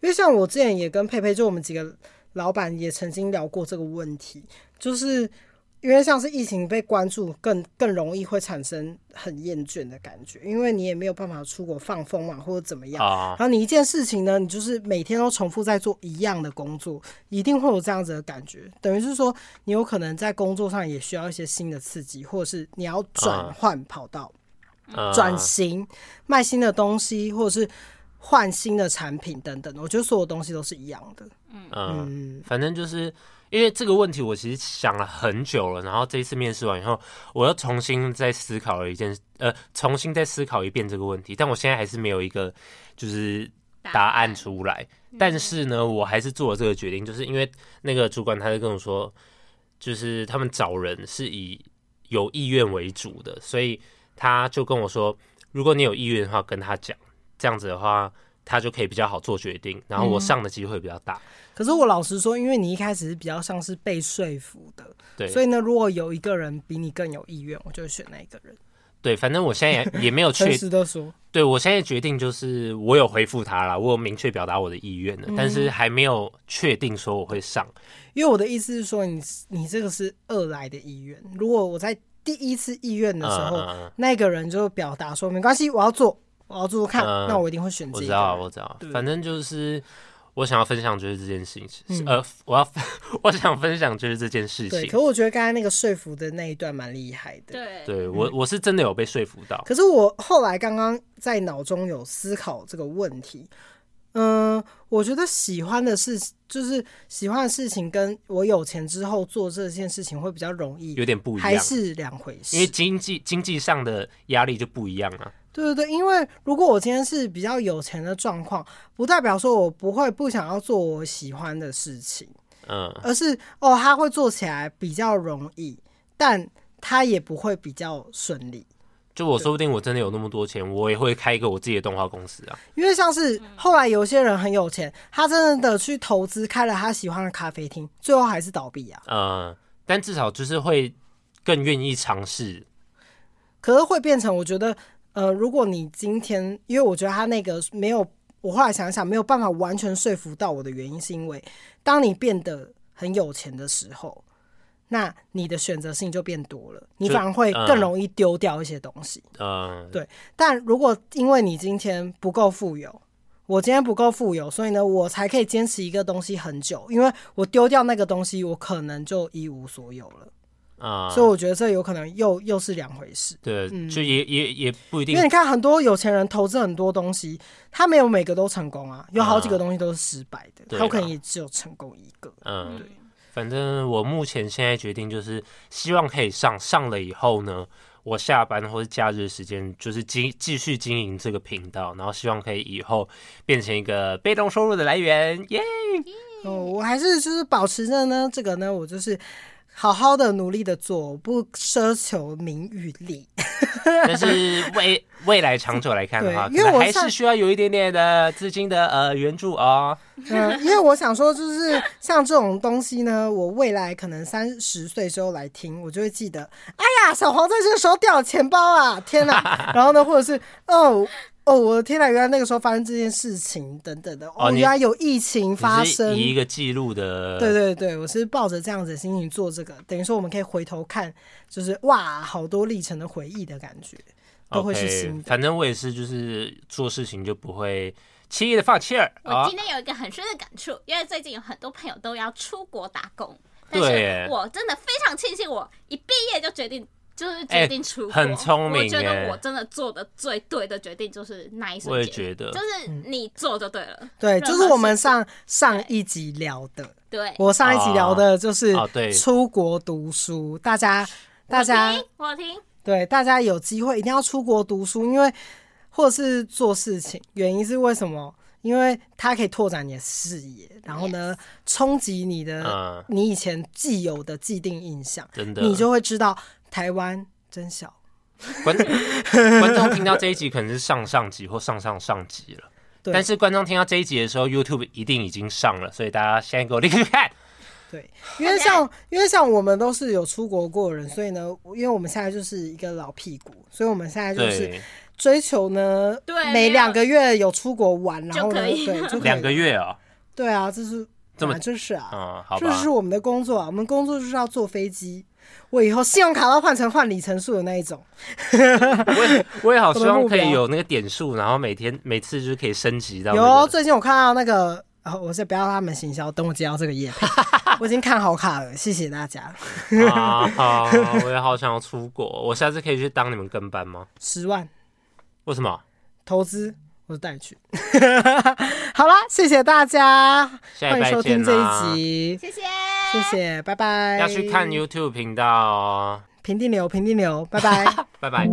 A: 因为像我之前也跟佩佩，就我们几个老板也曾经聊过这个问题，就是因为像是疫情被关注更更容易会产生很厌倦的感觉，因为你也没有办法出国放风嘛，或者怎么样。
B: 啊
A: 然，后你一件事情呢，你就是每天都重复在做一样的工作，一定会有这样子的感觉。等于是说，你有可能在工作上也需要一些新的刺激，或者是你要转
B: 啊
A: 换跑道。
B: 呃
A: 转型、卖新的东西，或者是换新的产品等等的。我觉得所有东西都是一样的。
B: 嗯，反正就是因为这个问题，我其实想了很久了。然后这一次面试完以后，我又重新再思考了一件，呃，重新再思考一遍这个问题。但我现在还是没有一个就是答案出来。但是呢，我还是做了这个决定，就是因为那个主管他就跟我说，就是他们找人是以有意愿为主的，所以他就跟我说，如果你有意愿的话，跟他讲，这样子的话。他就可以比较好做决定，然后我上的机会比较大。
A: 可是我老实说，因为你一开始是比较像是被说服的，
B: 对，
A: 所以呢，如果有一个人比你更有意愿，我就会选那一个人。
B: 对，反正我现在也也没有
A: 诚
B: 确，
A: 实的说，
B: 对我现在决定就是我有回复他啦，我有明确表达我的意愿了，但
A: 嗯
B: 是还没有确定说我会上。
A: 因为我的意思是说你，你这个是二来的意愿。如果我在第一次意愿的时候，
B: 嗯嗯嗯
A: 那个人就表达说没关系，我要做，我要做做看，
B: 嗯
A: 那我一定会选这
B: 我
A: 一
B: 知
A: 个
B: 道，
A: 人。
B: 我知道
A: 嗯对，
B: 反正就是我想要分享就是这件事情，呃，我要我想分 享就是这件事
A: 嗯对，
B: 情
A: 可。我觉得刚才那个说服的那一段蛮厉害的。
C: 对，
B: 对我我是真的有被说服到，
A: 可是我后来刚刚在脑中有思考这个问题，嗯、我觉得喜欢的事就是喜欢的事情，跟我有钱之后做这件事情会比较容易，
B: 有点不一
A: 还
B: 样，
A: 是两回事
B: 因为。经济经济上的压力就不一样啊。
A: 对对对，因为如果我今天是比较有钱的状况，不代表说我不会不想要做我喜欢的事情，
B: 嗯，
A: 而是哦，他会做起来比较容易，但他也不会比较顺利。
B: 就我说不定我真的有那么多钱，我也会开一个我自己的动画公司啊。
A: 因为像是后来有些人很有钱，他真的去投资开了他喜欢的咖啡厅，最后还是倒闭啊。
B: 呃，但至少就是会更愿意尝试。
A: 可是会变成，我觉得，呃，如果你今天，因为我觉得他那个没有，我后来想一想，没有办法完全说服到我的原因，是因为当你变得很有钱的时候，那你的选择性就变多了，你
B: 就
A: 反而会
B: 嗯
A: 更容易丢掉一些东西。
B: 呃，
A: 对但如果因为你今天不够富有，我今天不够富有，所以呢，我才可以坚持一个东西很久，因为我丢掉那个东西，我可能就一无所有了。
B: 啊、
A: 所以我觉得这有可能又又是两回事。
B: 对，
A: 嗯
B: 就也也也不一定
A: 因为你看，很多有钱人投资很多东西，他没有每个都成功啊，有好几个东西都是失败的，
B: 对啊
A: 他有可
B: 啦
A: 能也只有成功一个。
B: 嗯，
C: 对，
B: 反正我目前现在决定就是希望可以上，上了以后呢，我下班或是假日时间就是继继续经营这个频道，然后希望可以以后变成一个被动收入的来源，耶、
A: 哦，我还是就是保持着呢，这个呢，我就是好好的努力的做，我不奢求名与利。
B: 但是未未来长久来看的话，
A: 对因为
B: 可能
A: 我
B: 还
A: 上
B: 是需要有一点点的资金的呃援助哦。
A: 嗯，因为我想说，就是像这种东西 呢，我未来可能三十岁之后来听，我就会记得，哎呀，小黄在这个时候掉了钱包啊，天哪！ 然后呢，或者是哦。哦，我的天哪！原来那个时候发生这件事情，等等的。哦，
B: 哦你
A: 原来有疫情发
B: 你是
A: 生。
B: 以一个记录的，
A: 对对对，我是抱着这样子的心情做这个，等于说我们可以回头看，就是哇，好多历程的回忆的感觉，都会是
B: OK，
A: 新的。
B: 反正我也是，就是做事情就不会轻易的放弃儿
C: 我
B: 啊
C: 今。天有一个很深的感触，因为最近有很多朋友都要出国打工，但
B: 对
C: 是
B: 耶
C: 我真的非常庆幸，我一毕业就决定。就是
B: 哎
C: 决定出国，
B: 很聪明
C: 我觉得
B: 耶
C: 我真的做的最对的决定就是那一瞬间，
B: 我也觉得
C: 就是你做就对了。
A: 对，
C: 任
A: 就是
C: 何
A: 我们
C: 事情
A: 上上一集聊的，
C: 对，
A: 我上一集聊的就是
B: 哦对
A: 出国读书，大家大家
C: 我听，
A: 对大家有机会一定要出国读书，因为或是做事情，原因是为什么？因为它可以拓展你的视野，然后呢，冲击你的
B: 嗯，
A: 你以前既有的既定印象，
B: 真的，
A: 你就会知道台湾真小。
B: 观观众听到这一集可能是上上集或上上上集了，
A: 对
B: 但是观众听到这一集的时候，YouTube 一定已经上了，所以大家现在给我立刻去看。
A: 对，因为像因为像我们都是有出国过的人，所以呢，因为我们现在就是一个老屁股，所以我们现在就是
B: 对，
A: 追求呢，
C: 对没
A: 每
C: 有
A: 两个月有出国玩，然
C: 就
A: 后呢，
C: 可以
A: 对，就 可以
B: 两个，月哦，
A: 对啊，这是
B: 这么
A: 啊这是啊，
B: 嗯，好
A: 这
B: 吧
A: 是，我们的工作啊，我们工作就是要坐飞机。我以后信用卡要换成换里程数的那一种，
B: 我也我也好希
A: 我的
B: 望
A: 目
B: 可
A: 标
B: 以有那个点数，然后每天每次就是可以升级到、那
A: 有
B: 个
A: 哦最近我看到那个，啊，我先不要他们行销，等我接到这个业配，我已经看好卡了，谢谢大家，
B: 啊，好我也好想要出国，我下次可以去当你们跟班吗？
A: 十万
B: 为什么？
A: 投资。我就带你去， 好啦，谢谢大家，
B: 下
A: 欢迎
B: 礼拜
A: 收听
B: 见
A: 这
B: 啦
A: 一集，
C: 谢谢，
A: 谢谢，拜拜。
B: 要去看 YouTube 频道哦，
A: 平地流，平地流，拜拜。
B: 拜拜。